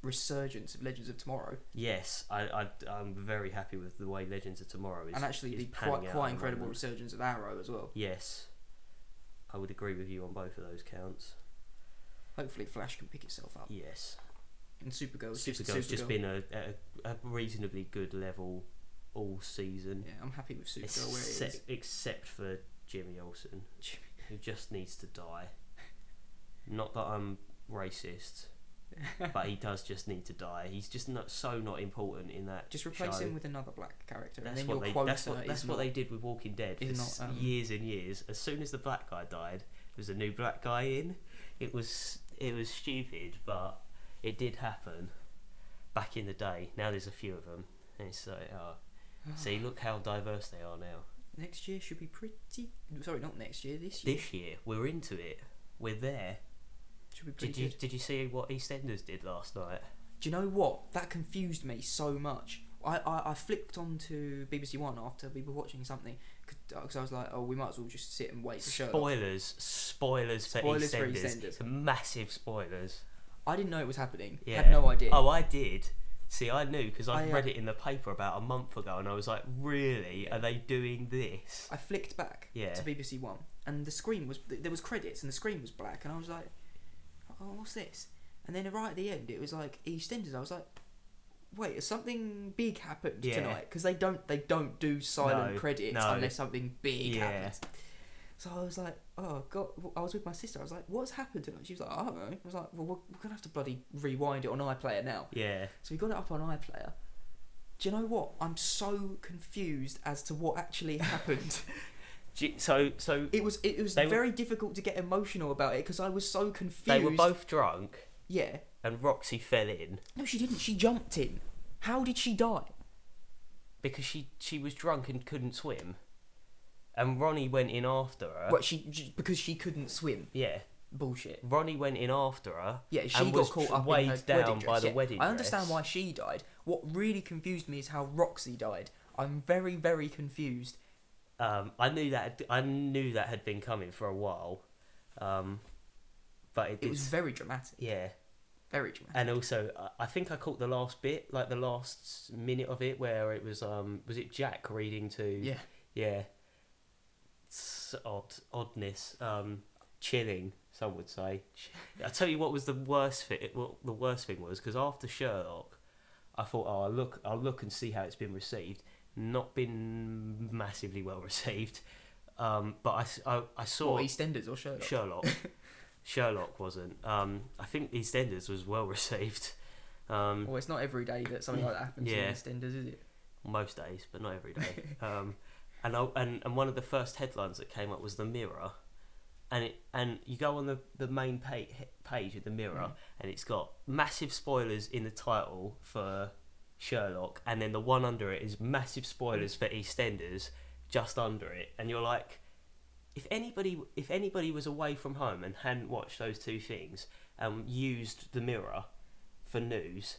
S2: resurgence of Legends of Tomorrow,
S1: Yes, I, I I'm very happy with the way Legends of Tomorrow is.
S2: and actually
S1: is
S2: the
S1: panning out
S2: quite
S1: at
S2: quite
S1: the
S2: incredible
S1: moment.
S2: resurgence of Arrow as well.
S1: Yes, I would agree with you on both of those counts.
S2: Hopefully, Flash can pick itself up.
S1: Yes,
S2: And Supergirl's just
S1: Supergirl's just
S2: Supergirl.
S1: been a, at a, a reasonably good level all season,
S2: Yeah, I'm happy with Supergirl where it
S1: except,
S2: is.
S1: except for Jimmy Olsen. who just needs to die. Not that I'm racist, but he does just need to die. He's just not so not important in that.
S2: Just replace
S1: show.
S2: him with another black character,
S1: That's
S2: and then
S1: what
S2: your
S1: they.
S2: quota
S1: That's what,
S2: is
S1: that's what
S2: not-
S1: they did with Walking Dead for
S2: is
S1: s-
S2: not, um,
S1: years and years. As soon as the black guy died, there was a new black guy in. It was it was stupid, but it did happen back in the day. Now there's a few of them. And it's like, oh, see, look how diverse they are now.
S2: Next year should be pretty. Sorry, not next year. This year
S1: This year, we're into it. We're there.
S2: should be pretty
S1: Did you
S2: good.
S1: did you see what EastEnders did last night?
S2: Do you know what? That confused me so much. I, I, I flicked on to BBC One after we were watching something because I was like, oh, we might as well just sit and wait for Sherlock.
S1: Spoilers, spoilers for
S2: Spoilers for
S1: EastEnders.
S2: EastEnders.
S1: It's massive spoilers.
S2: I didn't know it was happening.
S1: Yeah.
S2: Had no idea.
S1: Oh, I did. See, I knew because I,
S2: I, uh,
S1: read it in the paper about a month ago, and I was like, "Really? Are they doing this?"
S2: I flicked back
S1: Yeah.
S2: to BBC One and the screen was there was credits and the screen was black and I was like, oh, what's this? And then right at the end, it was like EastEnders. I was like. Wait, has something big happened
S1: Yeah.
S2: tonight? 'Cause tonight? Because they don't they don't do silent
S1: No,
S2: credits
S1: no.
S2: unless something big
S1: Yeah.
S2: happens. So I was like, oh god, I was with my sister. I was like, what's happened to it? She was like, I don't know. I was like, well, we're, we're gonna have to bloody rewind it on iPlayer now.
S1: Yeah.
S2: So we got it up on iPlayer. Do you know what? I'm so confused as to what actually happened.
S1: G- So so
S2: it was it was
S1: They were-
S2: very difficult to get emotional about it because I was so confused.
S1: they were both drunk,
S2: Yeah.
S1: and Roxy fell in
S2: No, she didn't. She jumped in. How did she die?
S1: because she she was drunk and couldn't swim, and Ronnie went in after her.
S2: Well, she j- because she couldn't swim.
S1: Yeah.
S2: Bullshit.
S1: Ronnie went in after her.
S2: Yeah, she
S1: and
S2: got
S1: was
S2: caught
S1: tr-
S2: up
S1: weighed
S2: in her
S1: down
S2: wedding dress.
S1: by the
S2: yeah.
S1: wedding.
S2: I understand
S1: dress.
S2: why she died. What really confused me is how Roxy died. I'm very very confused.
S1: Um, I knew that I knew that had been coming for a while, um, but it,
S2: It was
S1: did-
S2: very dramatic.
S1: yeah.
S2: Very dramatic.
S1: And also, uh, I- I think I caught the last bit, like the last minute of it, where it was um, was it Jack reading to
S2: Yeah.
S1: yeah, it's odd oddness, um, chilling. Some would say. I tell you what was the worst thing. What the worst thing was because after Sherlock, I thought, oh, I'll look, I'll look and see how it's been received. Not been massively well received, um, but I s- I, I saw
S2: Or EastEnders or Sherlock.
S1: Sherlock. Sherlock wasn't. Um, I think EastEnders was well received. Um,
S2: Well, it's not every day that something like that happens
S1: Yeah.
S2: in EastEnders, is it?
S1: most days, but not every day. Um, and, I, and and one of the first headlines that came up was the Mirror, and it and you go on the the main page page of the Mirror, and it's got massive spoilers in the title for Sherlock, and then the one under it is massive spoilers for EastEnders, just under it, and you're like. If anybody, if anybody was away from home and hadn't watched those two things and used the mirror for news,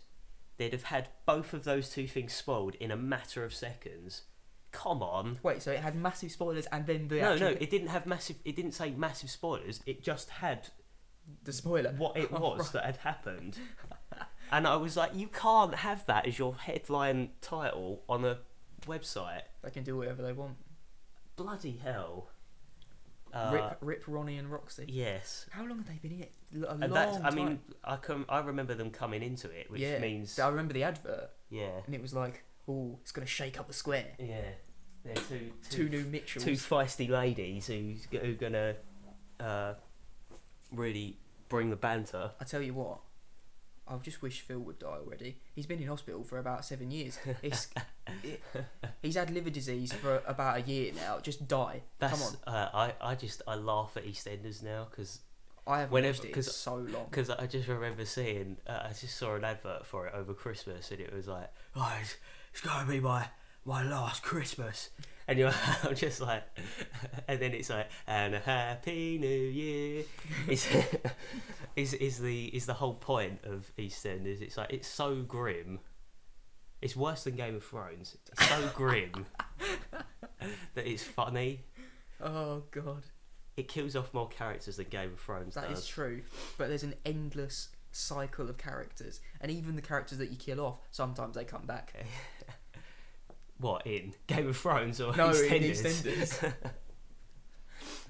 S1: they'd have had both of those two things spoiled in a matter of seconds. Come on.
S2: Wait, so it had massive spoilers and then the
S1: No,
S2: actual,
S1: no, it didn't have massive. It didn't say massive spoilers. It just had
S2: the spoiler.
S1: what it was that had happened, and I was like, you can't have that as your headline title on a website.
S2: They can do whatever they want.
S1: Bloody hell. Uh,
S2: rip, rip Ronnie and Roxy.
S1: Yes.
S2: How long have they been in it? L- A long
S1: And that's. Uh, I
S2: time.
S1: mean, I can. I remember them coming into it, which
S2: yeah.
S1: means.
S2: I remember the advert,
S1: Yeah.
S2: and it was like, "Oh, it's gonna shake up the square."
S1: Yeah. They're two.
S2: Two new Mitchells.
S1: two feisty ladies who's who gonna uh, really bring the banter.
S2: I tell you what, I just wish Phil would die already. He's been in hospital for about seven years. It's, it- he's had liver disease for about a year now. Just die.
S1: That's,
S2: Come on.
S1: Uh, I I just I laugh at EastEnders now because
S2: I haven't
S1: whenever-
S2: watched it in
S1: 'cause-
S2: so long.
S1: Because I just remember seeing, uh, I just saw an advert for it over Christmas, and it was like, "Oh, it's, it's gonna be my my last Christmas," and you're I'm just like, and then it's like, "And a happy new year." Is is is the is the whole point of EastEnders? It's like it's so grim. It's worse than Game of Thrones. It's so grim that it's funny.
S2: Oh god.
S1: It kills off more characters than Game of Thrones
S2: That
S1: does.
S2: is true, but there's an endless cycle of characters, and even the characters that you kill off, sometimes they come back.
S1: What in Game of Thrones or
S2: No, in
S1: EastEnders?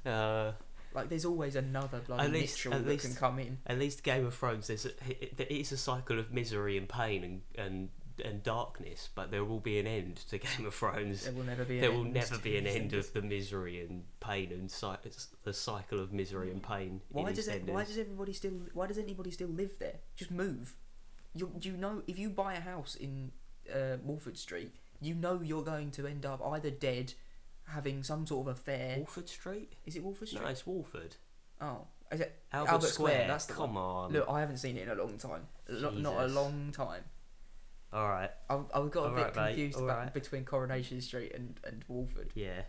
S1: uh,
S2: like there's always another bloody
S1: At least-
S2: Mitchell
S1: at
S2: that
S1: least-
S2: can come in.
S1: at least Game of Thrones, there's a, it, it is a cycle of misery and pain and, and and darkness, but there will be an end to Game of Thrones.
S2: There will never be. An
S1: There
S2: end
S1: will never
S2: to
S1: be an end
S2: EastEnders.
S1: of the misery and pain and cy- the cycle of misery and pain.
S2: Why
S1: in
S2: does it,
S1: EastEnders.
S2: Why does everybody still? Why does anybody still live there? Just move. You you know if you buy a house in uh, Wolford Street, you know you're going to end up either dead, having some sort of affair.
S1: Walford Street?
S2: Is it Wolford Street?
S1: No, it's Walford.
S2: Oh, is it
S1: Albert,
S2: Albert Square, that's the
S1: Come on.
S2: Look, I haven't seen it in a long time. Not, not a
S1: Um, Jesus.
S2: long time.
S1: All right.
S2: I, I got a bit
S1: Alright, mate,
S2: confused about
S1: alright.
S2: between Coronation Street and, and Walford.
S1: Yeah.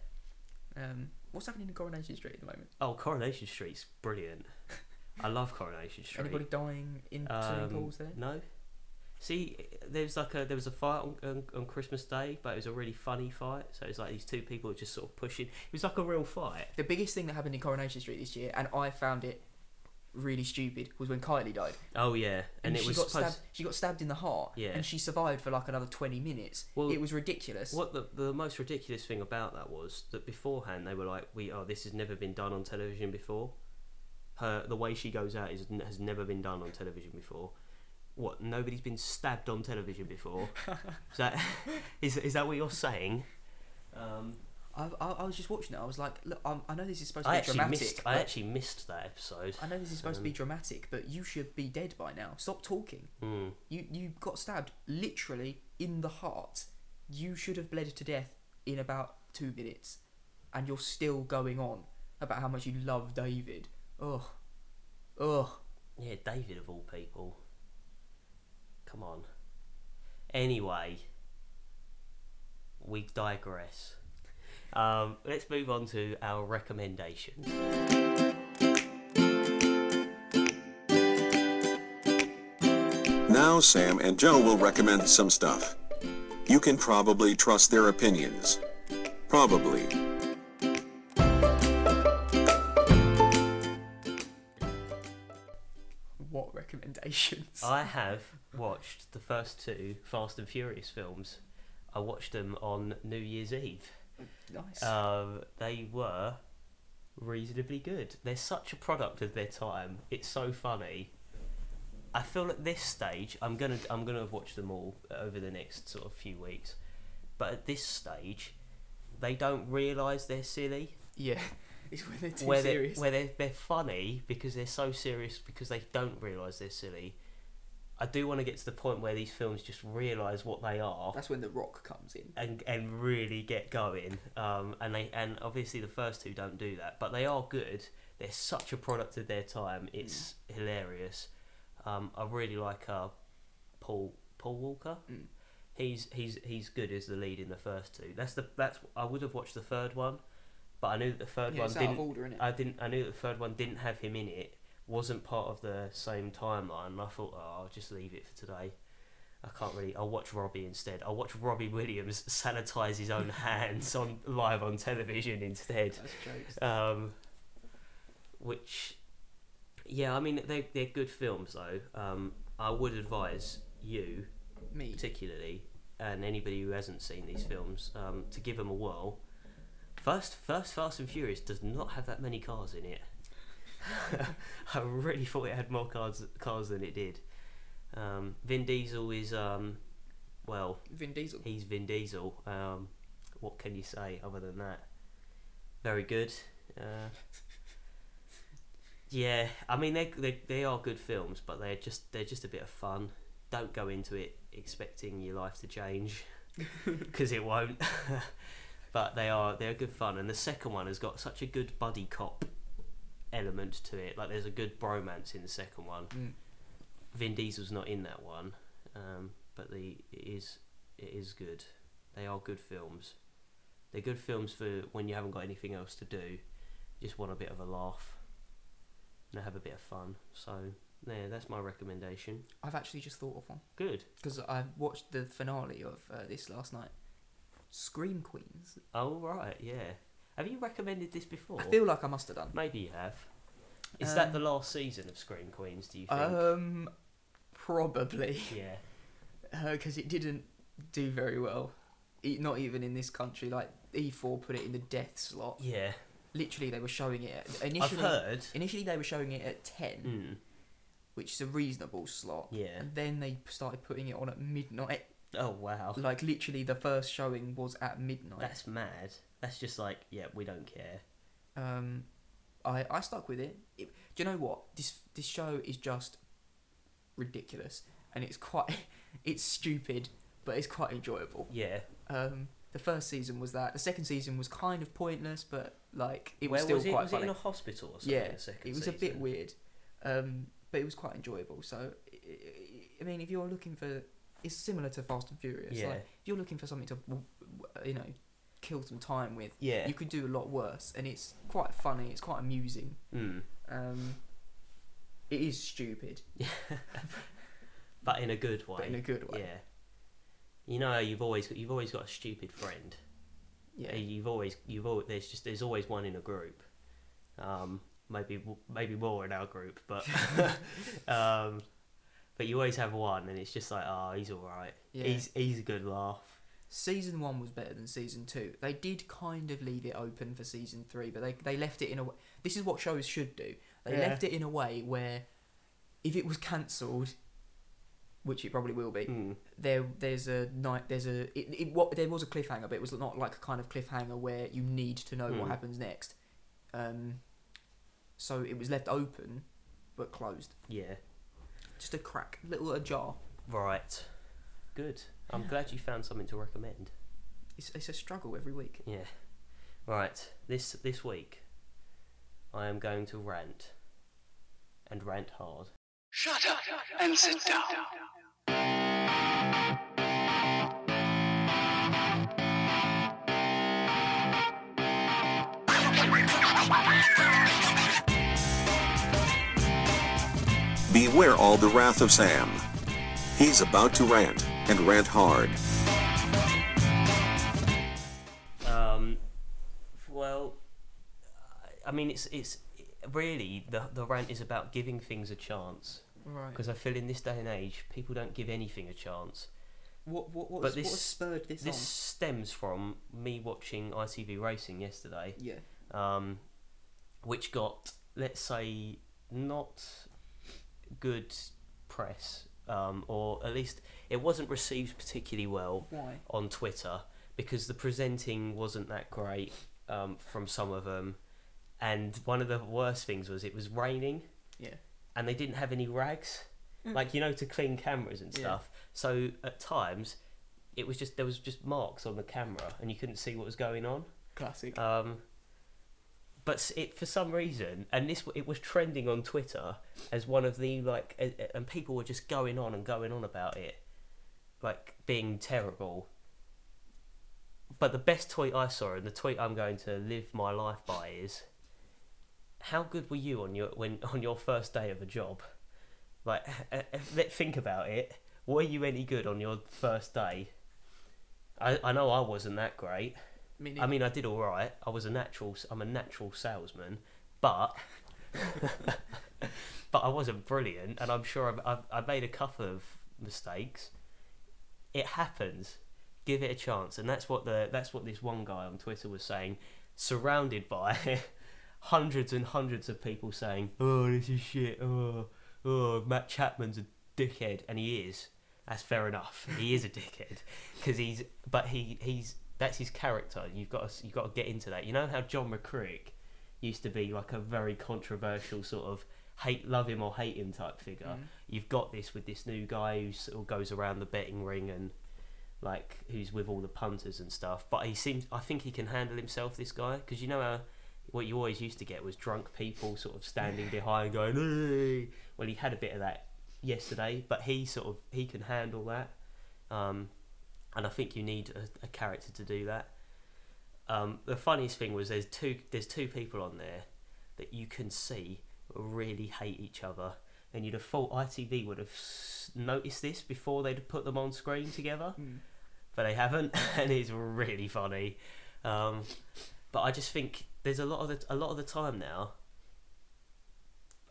S2: Um, what's happening in Coronation Street at the moment?
S1: Oh, Coronation Street's brilliant. I love Coronation Street.
S2: Anybody dying in swimming
S1: Um,
S2: pools there?
S1: No. See, there's like a there was a fight on, on, on Christmas Day, but it was a really funny fight. So it's like these two people just sort of pushing. It was like a real fight.
S2: The biggest thing that happened in Coronation Street this year, and I found it really stupid, was when Kylie died.
S1: Oh yeah, and, it
S2: she
S1: was
S2: got
S1: supposed.
S2: stabbed. She got stabbed in the heart,
S1: Yeah.
S2: and she survived for like another twenty minutes.
S1: Well-
S2: it was ridiculous.
S1: What the the most ridiculous thing about that was that beforehand they were like, "We oh this has never been done on television before. Her the way she goes out is has never been done on television before. What nobody's been stabbed on television before? is that is is that what you're saying? Um,
S2: I, I, I was just watching it. I was like, look, i I know this is supposed to
S1: I
S2: be
S1: actually
S2: dramatic.
S1: missed. I
S2: but-
S1: actually missed that episode.
S2: I know this is supposed to
S1: Um,
S2: be dramatic, but you should be dead by now. Stop talking.
S1: Hmm.
S2: You you got stabbed literally in the heart. You should have bled to death in about two minutes, and you're still going on about how much you love David. Ugh, ugh.
S1: Yeah, David of all people. Come on. Anyway, we digress. Um, let's move on to our recommendations.
S3: Now Sam and Joe will recommend some stuff. You can probably trust their opinions. Probably.
S2: What recommendations?
S1: I have watched the first two Fast and Furious films. I watched them on New Year's Eve.
S2: nice.
S1: Um, they were reasonably good. They're such a product of their time. It's so funny. I feel at this stage, I'm gonna I'm gonna have watched them all over the next sort of few weeks, but at this stage, they don't realise they're silly.
S2: yeah, it's when they're too
S1: where they
S2: serious.
S1: where they're, they're funny because they're so serious because they don't realise they're silly. I do want to get to the point where these films just realise what they are
S2: That's when the Rock comes in.
S1: and and really get going. Um, and they and obviously the first two don't do that, but they are good. They're such a product of their time. It's hilarious. Um, I really like uh, Paul Paul Walker.
S2: Mm.
S1: He's he's he's good as the lead in the first two. That's the that's I would have watched the third one, but I knew that the third
S2: Yeah,
S1: one
S2: it's out
S1: didn't.
S2: of order, innit?
S1: I didn't. I knew that the third one didn't have him in it. Wasn't part of the same timeline. And I thought, oh, I'll just leave it for today. I can't really. I'll watch Robbie instead. I'll watch Robbie Williams sanitize his own hands on live on television instead.
S2: That's jokes.
S1: Um, which, yeah, I mean, they they're good films though. Um, I would advise you
S2: Me.
S1: particularly, and anybody who hasn't seen these films, um, to give them a whirl. First, first Fast and Furious does not have that many cars in it. I really thought it had more cars cars than it did. Um, Vin Diesel is um, well,
S2: Vin Diesel.
S1: he's Vin Diesel. Um, what can you say other than that? Very good. Uh, yeah, I mean they they they are good films, but they're just they're just a bit of fun. Don't go into it expecting your life to change, because it won't. but they are they're good fun, and the second one has got such a good buddy cop element to it. Like there's a good bromance in the second one.
S2: Mm.
S1: Vin Diesel's not in that one, um, but the it is it is good. They are good films. They're good films for when you haven't got anything else to do, you just want a bit of a laugh and have a bit of fun. So yeah, that's my recommendation.
S2: I've actually just thought of one.
S1: Good.
S2: because I watched the finale of uh, this last night. Scream Queens.
S1: All right. Yeah. Have you recommended this before?
S2: I feel like I must have done.
S1: Maybe you have. Is that
S2: Um,
S1: the last season of Scream Queens? Do you think?
S2: Um, probably
S1: yeah.
S2: because it didn't do very well. E- not even in this country. Like E4 put it in the death slot.
S1: Yeah.
S2: Literally, they were showing it at-
S1: I've
S2: initially.
S1: heard.
S2: Initially, they were showing it at ten,
S1: Mm,
S2: which is a reasonable slot.
S1: yeah.
S2: And then they started putting it on at midnight.
S1: Oh wow.
S2: Like literally, the first showing was at midnight.
S1: That's mad. That's just like, yeah, we don't care.
S2: Um, I I stuck with it. it. Do you know what this this show is just ridiculous, and it's quite it's stupid, but it's quite enjoyable.
S1: Yeah.
S2: Um, the first season was that. The second season was kind of pointless, but like it was
S1: Where
S2: still
S1: was it?
S2: quite
S1: was
S2: funny.
S1: it in a hospital or something?
S2: yeah,
S1: the second
S2: it was a bit
S1: season?
S2: weird, um, but it was quite enjoyable. So i- i- I mean, if you're looking for, it's similar to Fast and Furious.
S1: Yeah.
S2: Like, if you're looking for something to, w- w- you know, kill some time with
S1: Yeah.
S2: you could do a lot worse and it's quite funny it's quite amusing
S1: Mm.
S2: um it is stupid
S1: But in a good way.
S2: but in a good way
S1: Yeah. You know, you've always you've always got a stupid friend.
S2: yeah,
S1: Uh, You've always you've always, there's just there's always one in a group. Um, maybe w- maybe more in our group, but um, but you always have one, and it's just like, oh, he's all right.
S2: Yeah.
S1: He's he's a good laugh.
S2: season one was better than season two they did kind of leave it open for season three but they, they left it in a way this is what shows should do they
S1: Yeah.
S2: left it in a way where if it was cancelled which it probably will be.
S1: Hmm.
S2: There, there's a night. There's a it, it. What there was a cliffhanger, but it was not like a kind of cliffhanger where you need to know
S1: Hmm.
S2: what happens next. Um, so it was left open, but closed.
S1: Yeah.
S2: Just a crack, little ajar.
S1: Right. Good. I'm
S2: Yeah.
S1: glad you found something to recommend.
S2: It's it's a struggle every week.
S1: Yeah. Right. This this week, I am going to rant, and rant hard.
S4: Shut up and sit down.
S3: Beware all the wrath of Sam. He's about to rant, and rant hard.
S1: Um, well, I I mean, it's it's really the the rant is about giving things a chance
S2: Right.
S1: because I feel in this day and age people don't give anything a chance.
S2: What what what,
S1: But
S2: was,
S1: this-
S2: what has spurred this,
S1: This stems from me watching ITV Racing yesterday,
S2: on? Yeah.
S1: um, which got let's say not good press, um, or at least it wasn't received particularly well
S2: Why?
S1: on Twitter because the presenting wasn't that great um, from some of them, and one of the worst things was it was raining
S2: Yeah.
S1: and they didn't have any rags, like you know, to clean cameras and
S2: Yeah.
S1: stuff. So at times, it was just there was just marks on the camera and you couldn't see what was going on.
S2: Classic.
S1: Um, but s- it for some reason, and this w- it was trending on Twitter as one of the like, a- a- and people were just going on and going on about it, like being terrible. But the best tweet I saw, and the tweet I'm going to live my life by, is, "How good were you on your when on your first day of a job? Like, let think about it. Were you any good on your first day? I I know I wasn't that great."
S2: Meaning,
S1: I mean, I did all right. I was a natural. I'm a natural salesman, but but I wasn't brilliant, and I'm sure I've, I've, I made a couple of mistakes. It happens. Give it a chance, and that's what the that's what this one guy on Twitter was saying. Surrounded by hundreds and hundreds of people saying, "Oh, this is shit. Oh, oh, Matt Chapman's a dickhead," and he is. That's fair enough. He is a dickhead because he's, but he he's that's his character. You've got to you've got to get into that. You know how John McCrick used to be like a very controversial sort of hate love him or hate him type figure. You've got this with this new guy who sort of goes around the betting ring and like who's with all the punters and stuff. But he seems I think he can handle himself. This guy because you know how. What you always used to get was drunk people sort of standing behind going, "Hey." well, he had a bit of that yesterday, but he sort of he can handle that, um, and I think you need a, a character to do that. Um, the funniest thing was there's two there's two people on there that you can see really hate each other, and you'd have thought ITV would have s- noticed this before they'd have put them on screen together,
S2: Mm.
S1: but they haven't, and it's really funny. Um, but I just think there's a lot of the, a lot of the time now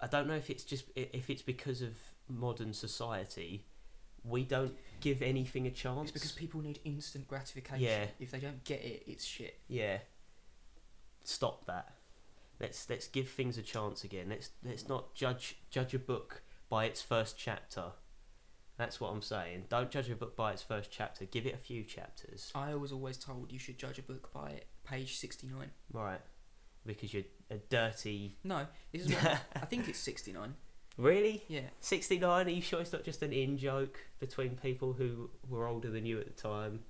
S1: I don't know if it's just i- if it's because of modern society, we don't give anything a chance.
S2: it's because people need instant gratification.
S1: Yeah.
S2: If they don't get it, it's shit.
S1: yeah, stop that. Let's let's give things a chance again. Let's let's not judge judge a book by its first chapter. That's what I'm saying. Don't judge a book by its first chapter. Give it a few chapters,
S2: I was always told you should judge a book by page sixty nine.
S1: right? Because you're a dirty.
S2: No, this is what I think it's sixty nine.
S1: Really?
S2: Yeah.
S1: 69 are you sure it's not just an in joke between people who were older than you at the time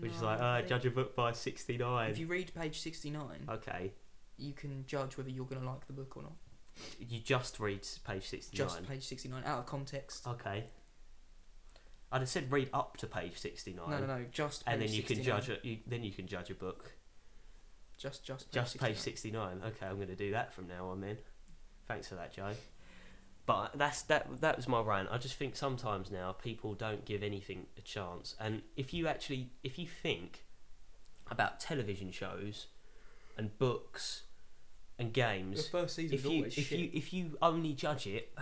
S1: which is
S2: No,
S1: like
S2: I
S1: oh,
S2: think-
S1: judge a book by Uh,
S2: If
S1: 69
S2: you read page sixty nine,
S1: okay
S2: you can judge whether you're gonna like the book or not.
S1: you just read page 69
S2: Just page sixty nine out of context.
S1: okay i'd have said read up to page 69
S2: no, no, no. Just. Page
S1: and then you
S2: 69.
S1: can judge it you, then you can judge a book
S2: Just, just. Page
S1: just page
S2: 69.
S1: 69 okay i'm going to do that from now on then thanks for that joe but that's that that was my rant i just think sometimes now people don't give anything a chance and if you actually if you think about television shows and books and
S2: The
S1: games
S2: first season
S1: if
S2: is
S1: you
S2: always
S1: if
S2: shit.
S1: you if you only judge it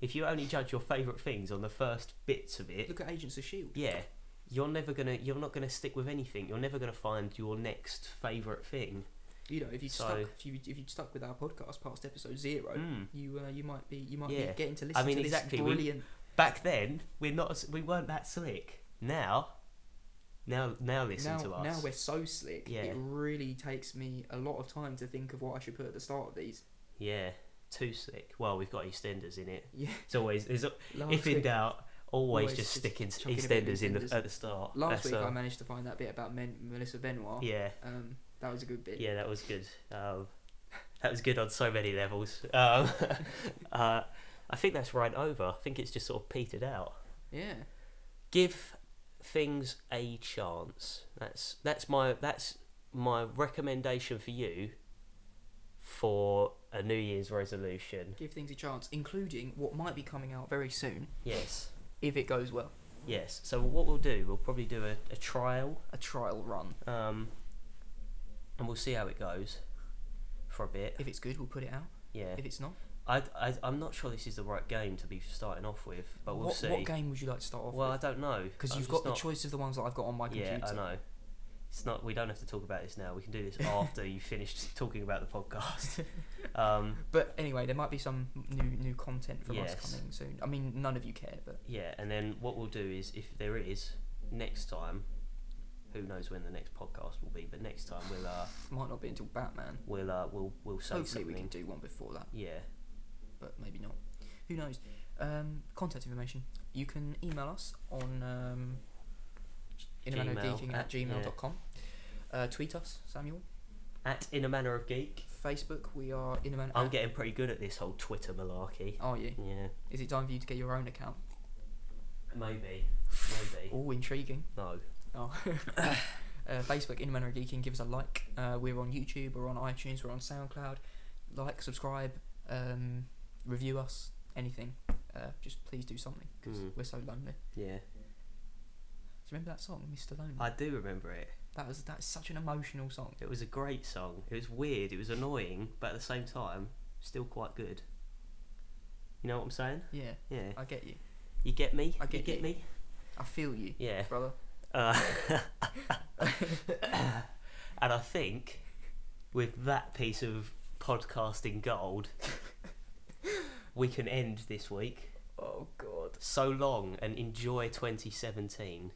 S1: if you only judge your favorite things on the first bits of it
S2: Look at Agents of Shield.
S1: yeah you're never gonna you're not gonna stick with anything you're never gonna find your next favorite thing
S2: You know, if you
S1: So-
S2: stuck, if you if you stuck with our podcast past episode zero,
S1: Mm.
S2: you uh, you might be you might
S1: Yeah.
S2: be getting to listen
S1: mean,
S2: to this
S1: exactly, we-
S2: brilliant
S1: Back then, we're not as- we weren't that slick. Now, now, now listen
S2: now,
S1: to us.
S2: now we're so slick.
S1: Yeah.
S2: It really takes me a lot of time to think of what I should put at the start of these.
S1: Yeah, too slick. Well, we've got EastEnders in it.
S2: Yeah.
S1: It's always there's a-
S2: Last
S1: if in
S2: week-
S1: doubt, always,
S2: always
S1: just
S2: just
S1: stick in
S2: chucking a bit of
S1: EastEnders in
S2: EastEnders.
S1: the, at the start.
S2: Last
S1: That's
S2: week
S1: all.
S2: I managed to find that bit about Men- Melissa Benoit.
S1: yeah,
S2: Um, that was a good bit.
S1: yeah, that was good. Um, that was good on so many levels. Um, uh, I think that's right over. I think it's just sort of petered out.
S2: Yeah.
S1: Give things a chance. That's that's my that's my recommendation for you for a New Year's resolution.
S2: Give things a chance, including what might be coming out very soon
S1: Yes.
S2: if it goes well.
S1: Yes. So what we'll do, we'll probably do a, a trial,
S2: A trial run.
S1: um, and we'll see how it goes for a bit.
S2: If it's good, we'll put it out.
S1: Yeah.
S2: If it's not,
S1: I, I I'm not sure this is the right game to be starting off with, but we'll
S2: what,
S1: see.
S2: what game would you like to start off
S1: Well, I
S2: with?
S1: don't know
S2: Because
S1: I'm
S2: you've
S1: just
S2: got the
S1: not-
S2: choice of the ones that I've got on my computer.
S1: Yeah, I know. It's not. We don't have to talk about this now. We can do this after you finished talking about the podcast. um,
S2: But anyway, there might be some new new content from
S1: Yes.
S2: us coming soon. I mean, none of you care, but
S1: yeah, and then what we'll do is, if there is next time, who knows when the next podcast will be? But next time we'll uh,
S2: might not be until Batman.
S1: we'll uh, we'll we'll say
S2: Hopefully, we
S1: something.
S2: can do one before that,
S1: Yeah.
S2: but maybe not. Who knows? Um, contact information. You can email us on um,
S1: Gmail
S2: inamanogeeking
S1: at-
S2: at gmail.com. Uh, tweet us, Samuel.
S1: At In a Manner of Geek.
S2: Facebook, we are inaman.
S1: I'm getting pretty good at this whole Twitter malarkey.
S2: Are you?
S1: Yeah.
S2: Is it time for you to get your own account?
S1: Maybe. Maybe.
S2: Oh, intriguing.
S1: No.
S2: Oh. uh, Facebook, In a Manner of Geeking, give us a like. Uh, we're on YouTube, we're on iTunes, we're on SoundCloud. Like, subscribe, um, review us, anything. Uh, just please do something because
S1: Mm.
S2: we're so lonely.
S1: Yeah.
S2: Do you remember that song, Mr. Lonely?
S1: I do remember it.
S2: that was that's such an emotional song.
S1: It was a great song. It was weird. It was annoying, but at the same time, still quite good. You know what I'm saying?
S2: Yeah,
S1: Yeah.
S2: I get you.
S1: You get me?
S2: I
S1: you
S2: get
S1: get
S2: you.
S1: me?
S2: I feel you,
S1: Yeah.
S2: brother.
S1: Uh, and I think with that piece of podcasting gold, we can end this week.
S2: Oh God.
S1: So long and enjoy 2017.